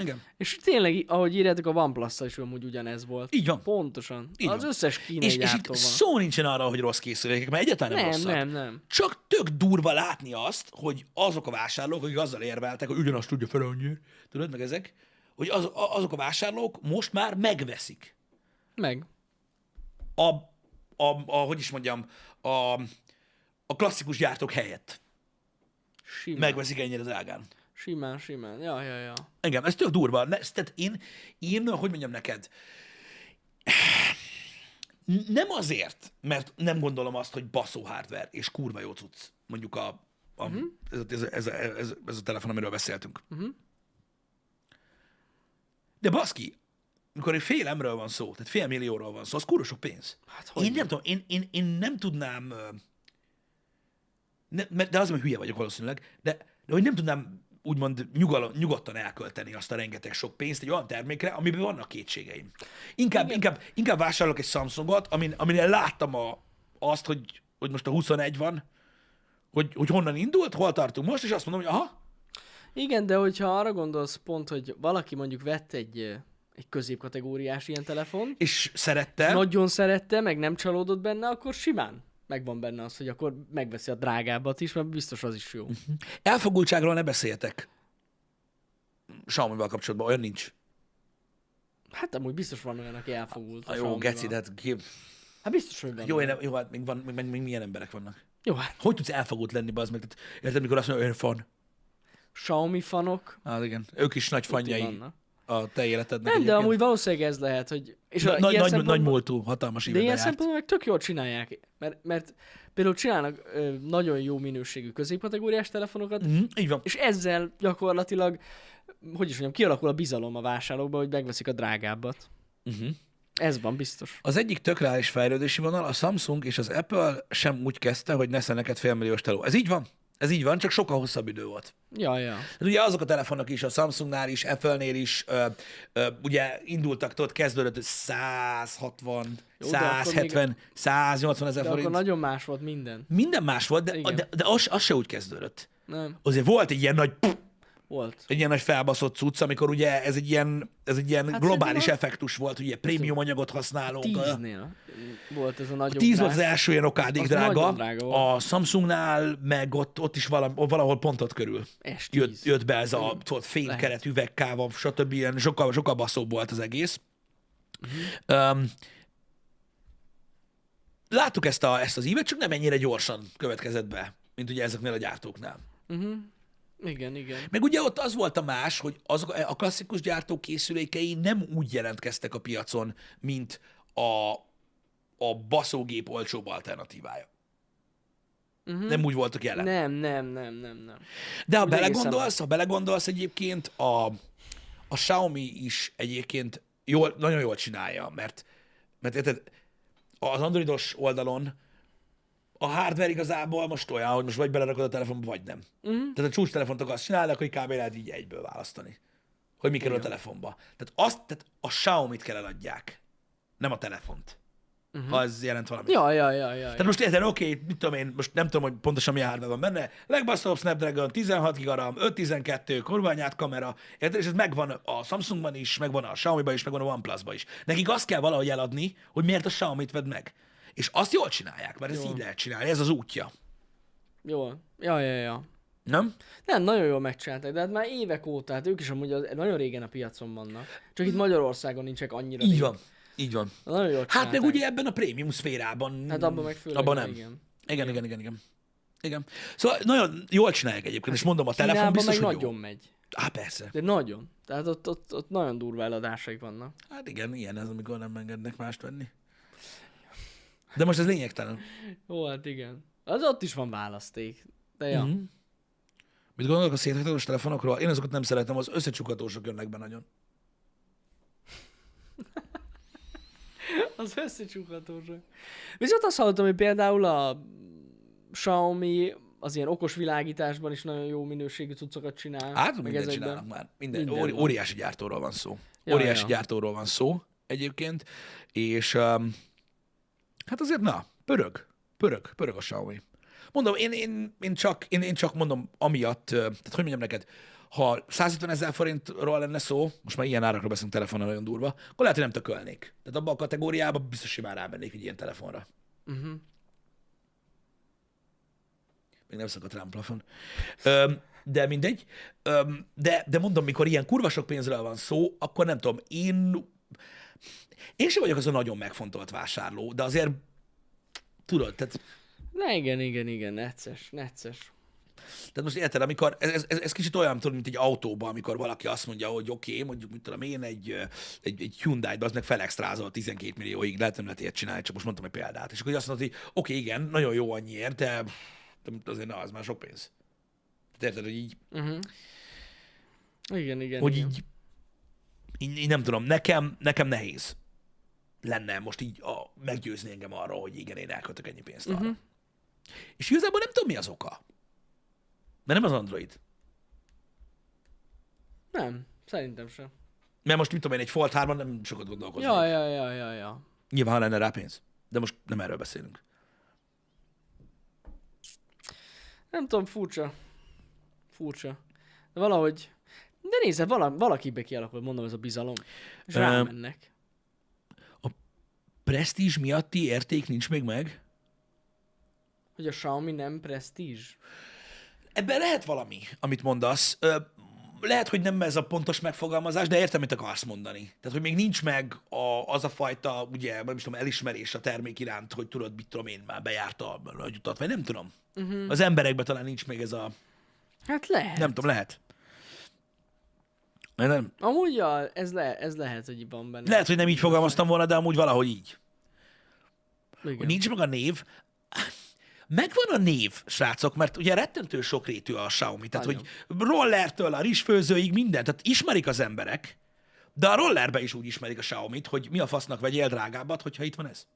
Igen. És tényleg, ahogy írjátok, a oneplus is amúgy ugyanez volt. Így van. Pontosan. Így Így az van. összes kínai És, és itt gyártó van. szó nincsen arra, hogy rossz készülékek, mert egyáltalán nem, Nem, rosszak. nem, nem. Csak tök durva látni azt, hogy azok a vásárlók, akik azzal érveltek, hogy ugyanazt tudja fel annyiért, tudod, meg ezek, hogy az, a- azok a vásárlók most már megveszik Meg. a, a, a hogy is mondjam, a, a klasszikus gyártók helyett. Simán. Megveszik ennyire drágán. Simán, simán. Ja, ja, ja. Engem, ez tök durva. Ne, ez- tehát én, én, hogy mondjam neked, nem azért, mert nem gondolom azt, hogy baszó hardware és kurva jó cucc, mondjuk a, a, uh-huh. ez, a- ez, a- ez, a- ez, a- ez a telefon, amiről beszéltünk. Uh-huh. De baszki, mikor egy fél emről van szó, tehát fél millióról van szó, az kurva sok pénz. Hát hogy Én nem tudom, én, én, én nem tudnám, ö, ne, mert, de az, hogy hülye vagyok valószínűleg, de, de hogy nem tudnám úgymond nyugalom, nyugodtan elkölteni azt a rengeteg sok pénzt egy olyan termékre, amiben vannak kétségeim. Inkább, inkább, inkább vásárolok egy Samsungot, amin, aminél láttam a, azt, hogy, hogy most a 21 van, hogy, hogy honnan indult, hol tartunk most, és azt mondom, hogy aha, Igen, de hogyha arra gondolsz pont, hogy valaki mondjuk vett egy, ö, egy középkategóriás ilyen telefon, és szerette. nagyon szerette, meg nem csalódott benne, akkor simán megvan benne az, hogy akkor megveszi a drágábbat is, mert biztos az is jó. *laughs* Elfogultságról ne beszéljetek. Xiaomi-val kapcsolatban olyan nincs. Hát amúgy biztos van olyan, aki elfogult. A jó, Xiaomival. geci, de hát ki... Hát biztos, hogy van. Jó, én olyan. nem, jó, hát még, van, még, még, még milyen emberek vannak. Jó, hát Hogy tudsz elfogult lenni, bazd meg? Tehát, érted, mikor azt mondja, olyan fan. Xiaomi fanok. Hát igen, ők is nagy tuti fanjai. vannak. a te életednek. Nem, de egyébként. amúgy valószínűleg ez lehet, hogy... És a- Na- nagy, ilyen nagy, nagy szempontból- múltú, hatalmas hát- De ilyen években járt. szempontból meg tök jól csinálják, mert, mert például csinálnak ö, nagyon jó minőségű középkategóriás telefonokat, Mhm, így van. és ezzel gyakorlatilag, hogy is mondjam, kialakul a bizalom a vásárlókban, hogy megveszik a drágábbat. Uh-huh. Ez van biztos. Az egyik tök reális fejlődési vonal, a Samsung és az Apple sem úgy kezdte, hogy nesze neked félmilliós teló. Ez így van. Ez így van, csak sokkal hosszabb idő volt. Ja, ja. Hát ugye azok a telefonok is, a Samsungnál is, Apple-nél is, ö, ö, ugye indultak, tudod, kezdődött hogy 160, Jó, de akkor 170, 180 ezer De akkor forint. nagyon más volt minden. Minden más volt, de, Igen. de, de az, az se úgy kezdődött. Nem? Azért volt egy ilyen nagy, Volt. egy ilyen nagy felbaszott cucc, amikor ugye ez egy ilyen, ez egy ilyen Hát globális szerintem effektus volt, ugye prémium anyagot használunk. a- Tíznél volt ez a nagyobb 10 volt ugrás. az első ilyen okádig Az drága. nagyon drága A Samsungnál, meg ott, ott is valam, valahol pont ott körül S10. jött, jött be ez a tudod, fénykeret, üvegkáva, stb. Ilyen sokkal, sokkal baszóbb volt az egész. Um, láttuk ezt, a, ezt az ívet, csak nem ennyire gyorsan következett be, mint ugye ezeknél a gyártóknál. Igen, igen. Meg ugye ott az volt a más, hogy azok, a klasszikus gyártók készülékei nem úgy jelentkeztek a piacon, mint a, a baszógép olcsóbb alternatívája. Uh-huh. Nem úgy voltak jelen. Ne, Nem, nem, nem, nem, nem. De ha Úgy egészen belegondolsz, ha belegondolsz egyébként, a, a Xiaomi is egyébként jól, nagyon jól csinálja, mert, mert érted, az androidos oldalon a hardware igazából most olyan, hogy most vagy belerakod a telefonba, vagy nem. Mhm. Uh-huh. Tehát a csúcstelefont azt csinálnak, hogy kb. lehet így egyből választani. Hogy mi kerül a telefonba. Tehát, azt, tehát a Xiaomi-t kell eladják, nem a telefont. Mhm. Uh-huh. Ha ez jelent valamit. Ja, ja, ja, ja. ja. Tehát most érted, oké, mit tudom én, most nem tudom, hogy pontosan milyen hardware van benne, legbaszobb Snapdragon, 16 GB RAM, 512, kormányát kamera, érted, és ez megvan a Samsungban is, megvan a Xiaomi-ban is, megvan a OnePlus-ban is. Nekik azt kell valahogy eladni, hogy miért a Xiaomi-t vedd meg. És azt jól csinálják, mert ezt így lehet csinálni, ez az útja. Jó. Ja, ja, ja. Nem? Nem, nagyon jól megcsinálták, de hát már évek óta, hát ők is amúgy az, nagyon régen a piacon vannak. Csak itt Magyarországon nincsek annyira. Így rég. van. Így van. Nagyon jól Hát meg csinálták. ugye ebben a prémium szférában. Hát abban meg főleg Abban nem, nem. igen. Igen, igen, igen, igen. Igen. Szóval nagyon jól csinálják egyébként, és mondom, a telefon Kínában biztos, meg hogy nagyon jó. megy. Á, persze. De nagyon. Tehát ott, ott, ott nagyon durva eladásaik vannak. Hát igen, ilyen ez, amikor nem engednek mást venni. De most ez lényegtelen. Ó, hát igen. Az ott is van választék. De ja. Mhm. Mm-hmm. Mit gondolok a széthajtatós telefonokról? Én azokat nem szeretem, az összecsukatósok jönnek be nagyon. Az összecsukhatóság. Viszont azt hallottam, hogy például a Xiaomi az ilyen okos világításban is nagyon jó minőségű cuccokat csinál. Hát, meg mindent ezekben. csinálnak már. Minden, Minden minden óri, van. óriási gyártóról van szó. Ja, óriási ja. gyártóról van szó egyébként, és um, hát azért na, pörög, pörög, pörög a Xiaomi. Mondom, én, én, én, csak, én, én csak mondom amiatt, ö, tehát hogy mondjam neked, ha 150 ezer forintról lenne szó, most már ilyen árakról beszélünk telefonon nagyon durva, akkor lehet, hogy nem tökölnék. Tehát abba a kategóriába biztos simán rámennék egy ilyen telefonra. Mhm. Még nem szakadt rám plafon. Öm, de mindegy. Öm, de, de mondom, mikor ilyen kurva sok pénzről van szó, akkor nem tudom, én... Én sem vagyok az a nagyon megfontolt vásárló, de azért tudod, tehát, Na igen, igen, igen, necces, necces. tehát most érted, amikor ez, ez, ez, ez kicsit olyan, tudod, mint egy autóban, amikor valaki azt mondja, hogy oké, okay, mondjuk, mit tudom én, egy, ö, egy, egy Hyundai-ba, az meg felextrázol 12 millióig, lehet, nem lehet ilyet csinálni, csak most mondtam egy példát. És akkor azt mondod, hogy oké, okay, igen, nagyon jó annyiért, de, de azért na, az már sok pénz. Tehát érted, hogy így Uh-huh. Igen, igen. hogy igen. így, így, így nem tudom, nekem, nekem nehéz lenne most így a, meggyőzni engem arról, hogy igen, én elköltök ennyi pénzt arra. Uh-huh. És igazából nem tudom, mi az oka. Mert nem az Android. Nem, szerintem sem. Mert most mit tudom én, egy Fold 3 nem sokat gondolkozom. Ja, Jaj. ja, ja, ja, ja. Nyilván, ha lenne rá pénz. De most nem erről beszélünk. Nem tudom, furcsa. Furcsa. De valahogy... De nézd, vala, valakibe kialakul, mondom, ez a bizalom. És Ö, rámennek. Prestízs miatti érték nincs még meg? Hogy a Xiaomi nem presztízs. Ebben lehet valami, amit mondasz. Ö, lehet, hogy nem ez a pontos megfogalmazás, de értem, mit akarsz mondani. Tehát, hogy még nincs meg a, az a fajta, ugye, nem is tudom, elismerés a termék iránt, hogy tudod, mit tudom én, már bejárta a nagy utat, vagy nem tudom. Uh-huh. Az emberekben talán nincs még ez a, Hát lehet. nem tudom, lehet. Nem, Amúgy ja, ez, le, ez lehet, hogy van benne. lehet, hogy nem így fogalmaztam volna, de amúgy valahogy így. Igen. Hogy nincs meg a név. *laughs* Megvan a név, srácok, mert ugye rettentő sokrétű a Xiaomi, tehát Nagyon. hogy rollertől a rizsfőzőig minden, tehát ismerik az emberek, de a rollerbe is úgy ismerik a Xiaomi-t, hogy mi a fasznak vegyél drágábbat, hogyha itt van ez.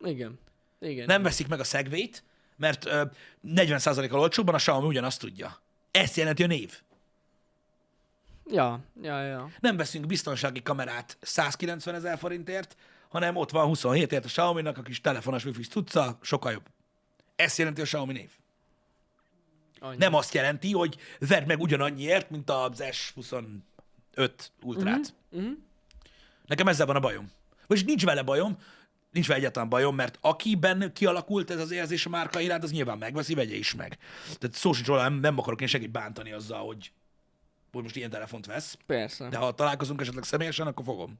Igen. Igen. Nem veszik meg a szegvét, mert ö, 40%-kal olcsóbban a Xiaomi ugyanazt tudja. Ezt jelenti a név. Ja, ja, ja. Nem veszünk biztonsági kamerát 190 ezer forintért, hanem ott van 27 ért a Xiaomi-nak a kis telefonos wifi tudca, sokkal jobb. Ezt jelenti a Xiaomi név. Annyi. Nem azt jelenti, hogy vedd meg ugyanannyiért, mint az S25 Ultrát. Nekem ezzel van a bajom. Vagyis nincs vele bajom, nincs vele egyáltalán bajom, mert akiben kialakult ez az érzés a márka iránt, az nyilván megveszi, vegye is meg. Tehát szó sincs róla, nem, nem akarok én senkit bántani azzal, hogy, hogy most ilyen telefont vesz. Persze. De ha találkozunk esetleg személyesen, akkor fogom.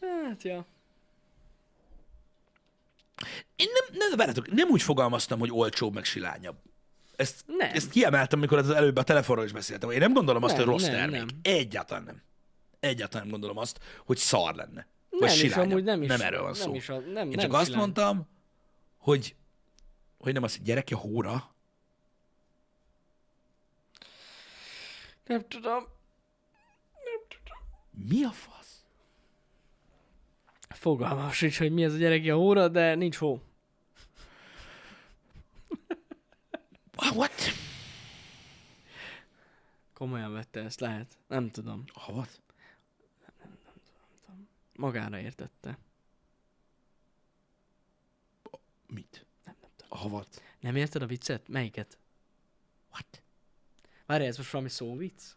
Hát, ja. Én nem, nem, várjátok, nem úgy fogalmaztam, hogy olcsóbb, meg silányabb. Ezt, Nem. ezt kiemeltem, amikor az előbb a telefonról is beszéltem. Én nem gondolom azt, Nem, hogy rossz nem, termék. nem. Egyáltalán nem. Egyáltalán nem gondolom azt, hogy szar lenne. Vagy Nem is, silányabb. amúgy nem is. nem erről van nem szó. Is a, nem, Én nem csak azt silányabb. mondtam, hogy, hogy nem az, hogy gyerekje hóra. Nem tudom. Mi a fasz? Fogalmam sincs, hogy mi ez a gyereki a óra, de nincs hó. Ah, What? Komolyan vette ezt, lehet. Nem tudom. Ah, what? Magára értette. Mit? A havat. Nem érted a viccet? Melyiket? What? Várj, ez most valami szóvic?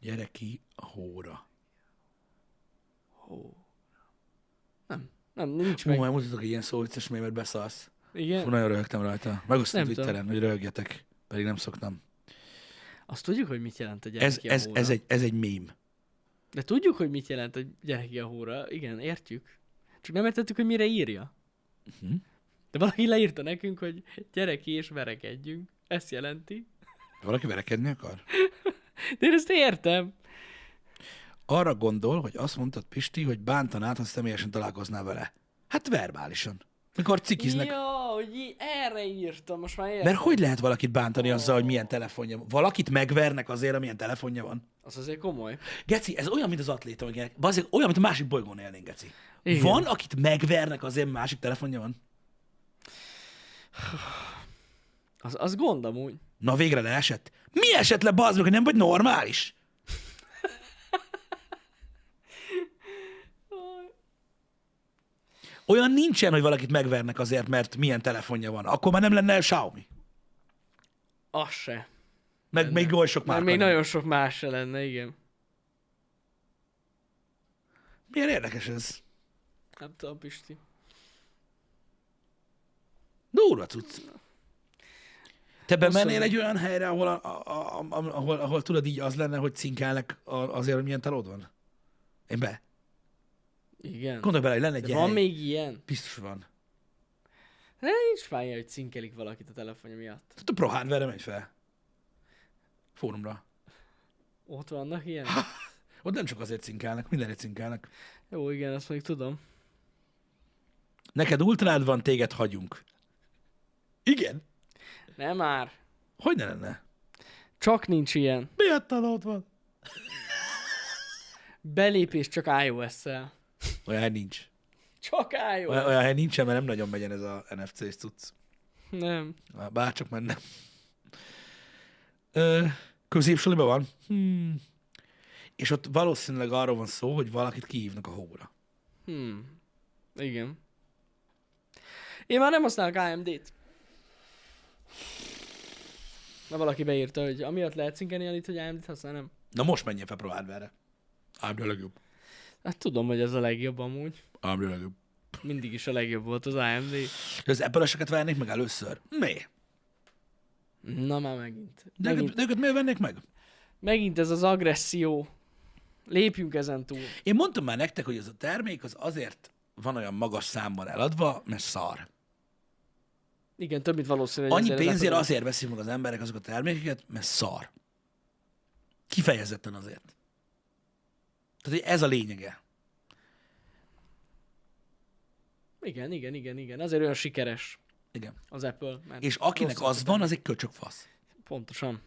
Gyereki hóra. Hó. Nem. Nem, nincs Hú, meg. majd mutatok egy ilyen szóvicces mémet, beszarsz. Fú, Igen. nagyon röhögtem rajta. Megosztom Nem tudom. Twitteren, hogy röhögjetek. Pedig nem szoktam. Azt tudjuk, hogy mit jelent a Ez, gyereki a ez, hóra. ez, egy, ez egy mém. De tudjuk, hogy mit jelent a gyereki a hóra. Igen, értjük. Csak nem értettük, hogy mire írja. Mhm. De valaki leírta nekünk, hogy gyere ki és verekedjünk. Ezt jelenti. Valaki verekedni akar? De én ezt értem. Arra gondol, hogy azt mondtad Pisti, hogy bántanád, ha személyesen találkoznál vele. Hát verbálisan. Mikor cikiznek. Ja, hogy í- erre írtam, most már értem. Mert hogy lehet valakit bántani azzal, hogy milyen telefonja van? Valakit megvernek azért, amilyen telefonja van? Az azért komoly. Geci, ez olyan, mint az atléta, akinek- bazzik, olyan, mint a másik bolygón élnénk, Geci. Igen. Van, akit megvernek azért, mert másik telefonja van? Az, az gond amúgy. Na végre leesett. Mi esett le, bazd meg, hogy nem vagy normális? Olyan nincsen, hogy valakit megvernek azért, mert milyen telefonja van. Akkor már nem lenne Xiaomi. Az se. Meg még oly sok Már márka. még nem. nagyon sok más se lenne, igen. Milyen érdekes ez. Nem tudom, Hát, Pisti. Durva cucc. Te bemennél Köszönöm. egy olyan helyre, ahol, a, a, a, a- ahol, ahol tudod így az lenne, hogy cinkelnek a- azért, hogy milyen talód van? Én be. Igen. Gondolj bele, hogy lenne egy De ilyen van hely. még ilyen? Biztos van. De nincs már ilyen, hogy cinkelik valakit a telefonja miatt. Tehát a ProHardware-re megy fel. Fórumra. Ott vannak ilyen? Ott nem csak azért cinkelnek, mindenért cinkelnek. Jó, igen, azt még tudom. Neked ultrád van, téged hagyunk. Igen. Nem már. Hogy ne lenne? Csak nincs ilyen. Miért talód van? Belépés csak iOS-szel. Olyan hely nincs. Csak Olyan, iOS. olyan hely nincsen, mert nem nagyon megyen ez a NFC-s cucc. Nem. Á, Bárcsak már nem. Ö, középsuliban van. Hmm. És ott valószínűleg arról van szó, hogy valakit kihívnak a hóra. Hmm. Igen. Én már nem használok AMD-t. Na valaki beírta, hogy amiatt lehet szinkeni itt, hogy AMD-t használ, nem? Na most menjen fel Pro Hardware-re. AMD a legjobb. Hát tudom, hogy ez a legjobb amúgy. AMD a legjobb. Mindig is a legjobb volt az AMD. De az Apple-eseket vennék meg először? Mi? Na már megint. De Megint, őket, de őket miért vennék meg? megint ez az agresszió. Lépjünk ezen túl. Én mondtam már nektek, hogy ez a termék az azért van olyan magas számban eladva, mert szar. Igen, több, mint valószínű. hogy Annyi ezért pénzért lepadol. azért veszik meg az emberek azokat a termékeket, mert szar. Kifejezetten azért. Tehát, hogy ez a lényege. Igen, igen, igen, igen. Azért olyan sikeres Igen. az Apple. Mert És akinek rosszul az van, az egy köcsökfasz. Pontosan.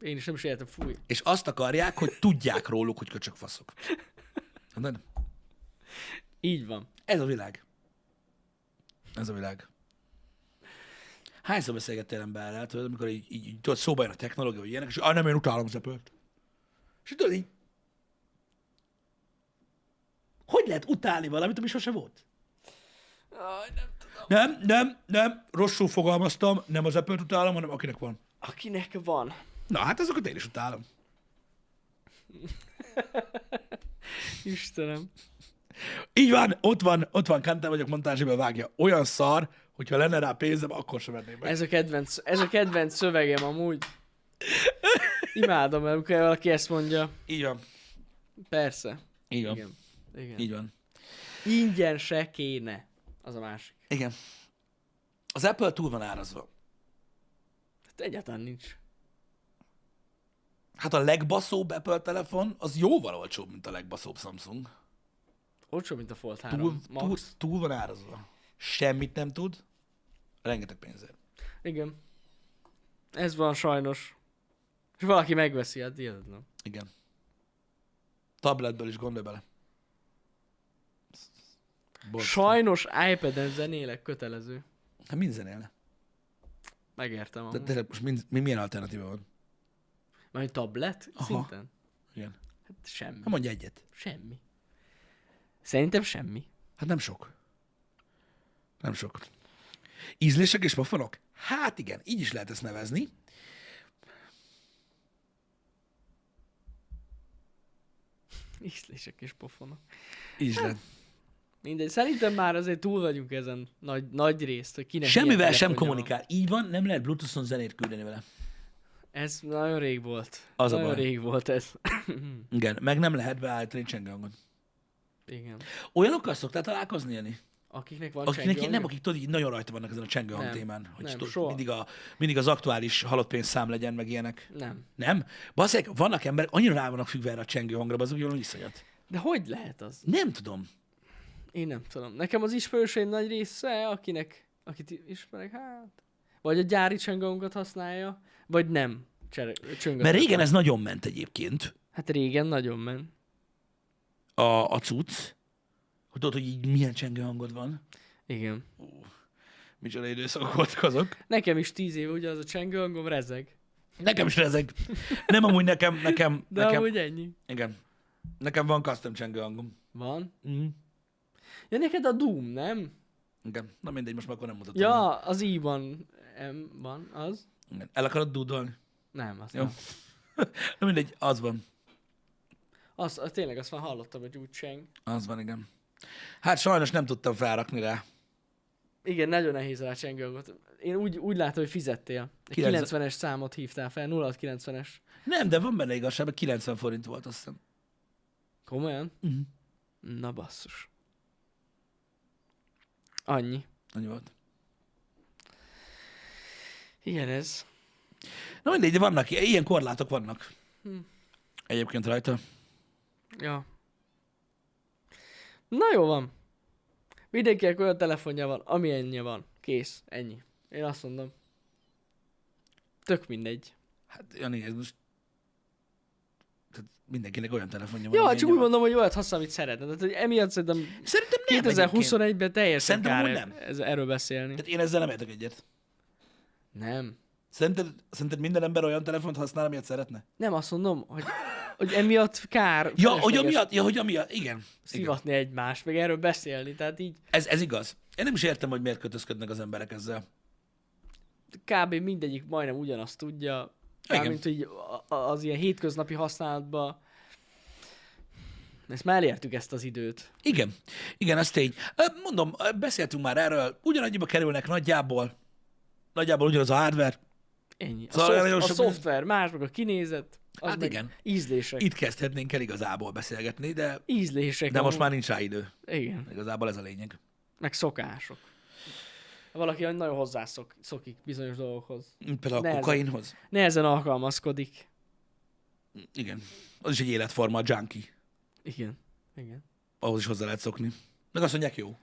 Én is nem is értem, fúj. És azt akarják, hogy tudják róluk, hogy köcsökfaszok. Tudod? Így van. Ez a világ. Ez a világ. Hányszor beszélgettél emberrel, tudod, amikor így, így, így tudod, szóba jön a technológia, vagy ilyenek, és ah, nem, én utálom az Apple-t. És tudod így, hogy lehet utálni valamit, ami sose volt? Aj, nem tudom. Nem, nem, nem, rosszul fogalmaztam, nem az Apple-t utálom, hanem akinek van. Akinek van. Na, hát azokat én is utálom. Istenem. Így van, ott van, ott van, Kantán vagyok, montázsiba vágja. Olyan szar, hogyha lenne rá pénzem, akkor sem venném meg. Ez a kedvenc, ez a kedvenc szövegem amúgy. Imádom, amikor valaki ezt mondja. Így van. Persze. Így van. Igen. Igen. Így van. Ingyen se kéne. Az a másik. Igen. Az Apple túl van árazva. Hát egyáltalán nincs. Hát a legbaszóbb Apple telefon, az jóval olcsóbb, mint a legbaszóbb Samsung. Olcsó, mint a Fold 3. Túl, Max. túl, túl van árazva. Semmit nem tud, rengeteg pénzért. Igen. Ez van sajnos. És valaki megveszi, hát hihetetlen. Igen. Tabletből is gondolj bele. Borzasztó. Sajnos iPad-en zenélek kötelező. Hát mind zenélne. Megértem De, amúgy. de most mind, mi, milyen alternatíva van? Majd tablet Aha. szinten? Igen. Hát semmi. Hát mondj egyet. Semmi. Szerintem semmi. Hát nem sok. Nem sok. Ízlések és pofonok? Hát igen, így is lehet ezt nevezni. Ízlések és pofonok. Így is lehet. Mindegy, szerintem már azért túl vagyunk ezen nagy, nagy részt, hogy kinek Semmivel milyen sem telefonja van. kommunikál. Így van, nem lehet Bluetooth-on zenét küldeni vele. Ez nagyon rég volt. Az a nagyon baj. rég volt ez. *clears throat* Igen, meg nem lehet beállítani csengehangot. Igen. Olyanokkal szoktál találkozni, Jani? Akiknek van Akiknek csengő nem, hangja? akik tudod, így nagyon rajta vannak ezen a csengőhang Nem. témán. Hogy Nem, tudod, soha. mindig, a, mindig az aktuális halott pénzszám legyen, meg ilyenek. Nem. Nem? Baszek, vannak emberek, annyira rá vannak függve erre a csengőhangra, az úgy iszonyat. De hogy lehet az? Nem tudom. Én nem tudom. Nekem az ismerőseim nagy része, akinek, akit ismerek, hát... Vagy a gyári csengőnkat használja, vagy nem. Csere- csöngött. Mert régen ez nagyon ment egyébként, Hát régen nagyon men. a, a cucc. Hogy tudod, hogy így milyen csengőhangod van. Igen. Micsoda időszakok voltak azok. Nekem is tíz éve ugyanaz a csengő hangom rezeg. Nekem is ezek. Nem amúgy nekem, nekem, De nekem. amúgy ennyi. Igen. Nekem van custom csengő hangom. Van. Mm. Ja, neked a Doom, nem? Igen. Na mindegy, most már akkor nem mutatom. Ja, az i-ban em, van, az? Igen. El akarod dúdolni? Nem, azt Jó. nem. Na mindegy, az van. Az, az, tényleg azt már hallottam, hogy úgy cseng. Az van, igen. Hát sajnos nem tudtam felrakni rá. Igen, nagyon nehéz rá csengőgot. Én úgy, úgy látom, hogy fizettél. Egy Kilenc- 90-es számot hívtál fel, 0-90-es. Nem, de van benne igazság, mert 90 forint volt, azt hiszem. Komolyan? Mhm. Na basszus. Annyi. Annyi volt. Igen ez. Na mindegy, de vannak, i- ilyen korlátok vannak. Hm. Egyébként rajta. Ja. Na jó van. Mindenkinek olyan telefonja van, ami ennyi van. Kész. Ennyi. Én azt mondom. Tök mindegy. Hát, Jani, ez most... Tehát mindenkinek olyan telefonja Ja, ami ennyi csak úgy van. mondom, hogy olyat használ, amit szeretne. Tehát, hogy emiatt szerintem Szerintem nem egyébként. 2021-ben teljesen Szerintem kár amúgy nem. nem. Ez, erről beszélni. Tehát én ezzel nem értek egyet. Nem. Szerinted, szerinted minden ember olyan telefont használ, amilyet szeretne? Nem azt mondom, hogy, hogy emiatt kár Ja, hogy felesleges amiatt, ja, hogy amiatt, igen. igen. szivatni egymást, meg erről beszélni. Tehát így Ez, ez igaz. Én nem is értem, hogy miért kötözködnek az emberek ezzel. kb. mindegyik majdnem ugyanazt tudja, Igen. mármint hogy a- a- az ilyen hétköznapi használatban. Ezt már elértük ezt az időt. Igen, igen, ez tény. Ö, Mondom, ö, beszéltünk már erről, ugyanannyiba kerülnek nagyjából, nagyjából ugyanaz a hardware. Ennyi. A, Szóval szóval nagyon szoft, sok a szoftver más, meg a kinézet, az Hát meg igen. ízlések. Itt kezdhetnénk el igazából beszélgetni, de, Ízlések. de most amúgy. már nincs rá idő. Igen, Igazából ez a lényeg. meg szokások. Valaki nagyon hozzászok, szokik bizonyos dolgokhoz. Például a Nehezen. kokainhoz. Nehezen alkalmazkodik. Igen. Az is egy életforma, a junkie. Igen. Igen. Ahhoz is hozzá lehet szokni. Meg azt mondják, *laughs* jó.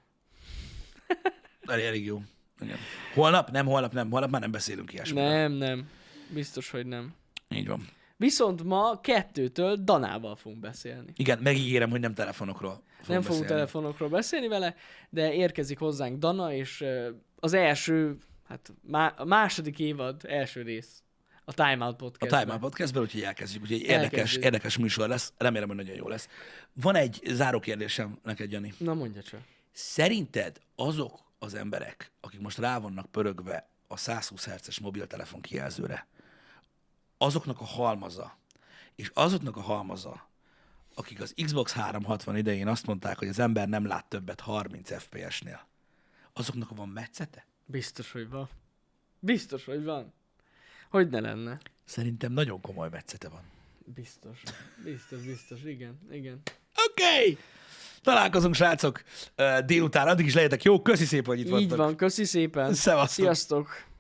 Elég, elég jó. Igen. Holnap? Nem, holnap nem. Holnap már nem beszélünk ilyesmiről. Nem, nem. Biztos, hogy nem. Így van. Viszont ma kettőtől Danával fogunk beszélni. Igen, megígérem, hogy nem telefonokról fogunk nem fogunk beszélni. telefonokról beszélni vele, de érkezik hozzánk Dana, és ö, az első, hát má- a második évad első rész. A Time Out A Podcast. Time Out Podcastből, úgyhogy elkezdjük. Úgyhogy egy érdekes, Elkezdjük. érdekes műsor lesz. Remélem, hogy nagyon jó lesz. Van egy záró kérdésem neked, Jani. Na mondja csak. Szerinted azok az emberek, akik most rá vannak pörögve a 120 herces mobiltelefon kijelzőre, azoknak a halmaza, és azoknak a halmaza, akik az Xbox 360 idején azt mondták, hogy az ember nem lát többet 30 FPS-nél, azoknak van metszete? Biztos, hogy van. Biztos, hogy van. Hogy ne lenne? Szerintem nagyon komoly metszete van. Biztos. Biztos, biztos. Igen, igen. Oké! Okay. Találkozunk, srácok, ö, délután. Addig is legyetek jó. Köszi szépen, hogy itt Így voltatok. van, köszi szépen. Szevasztok. Sziasztok.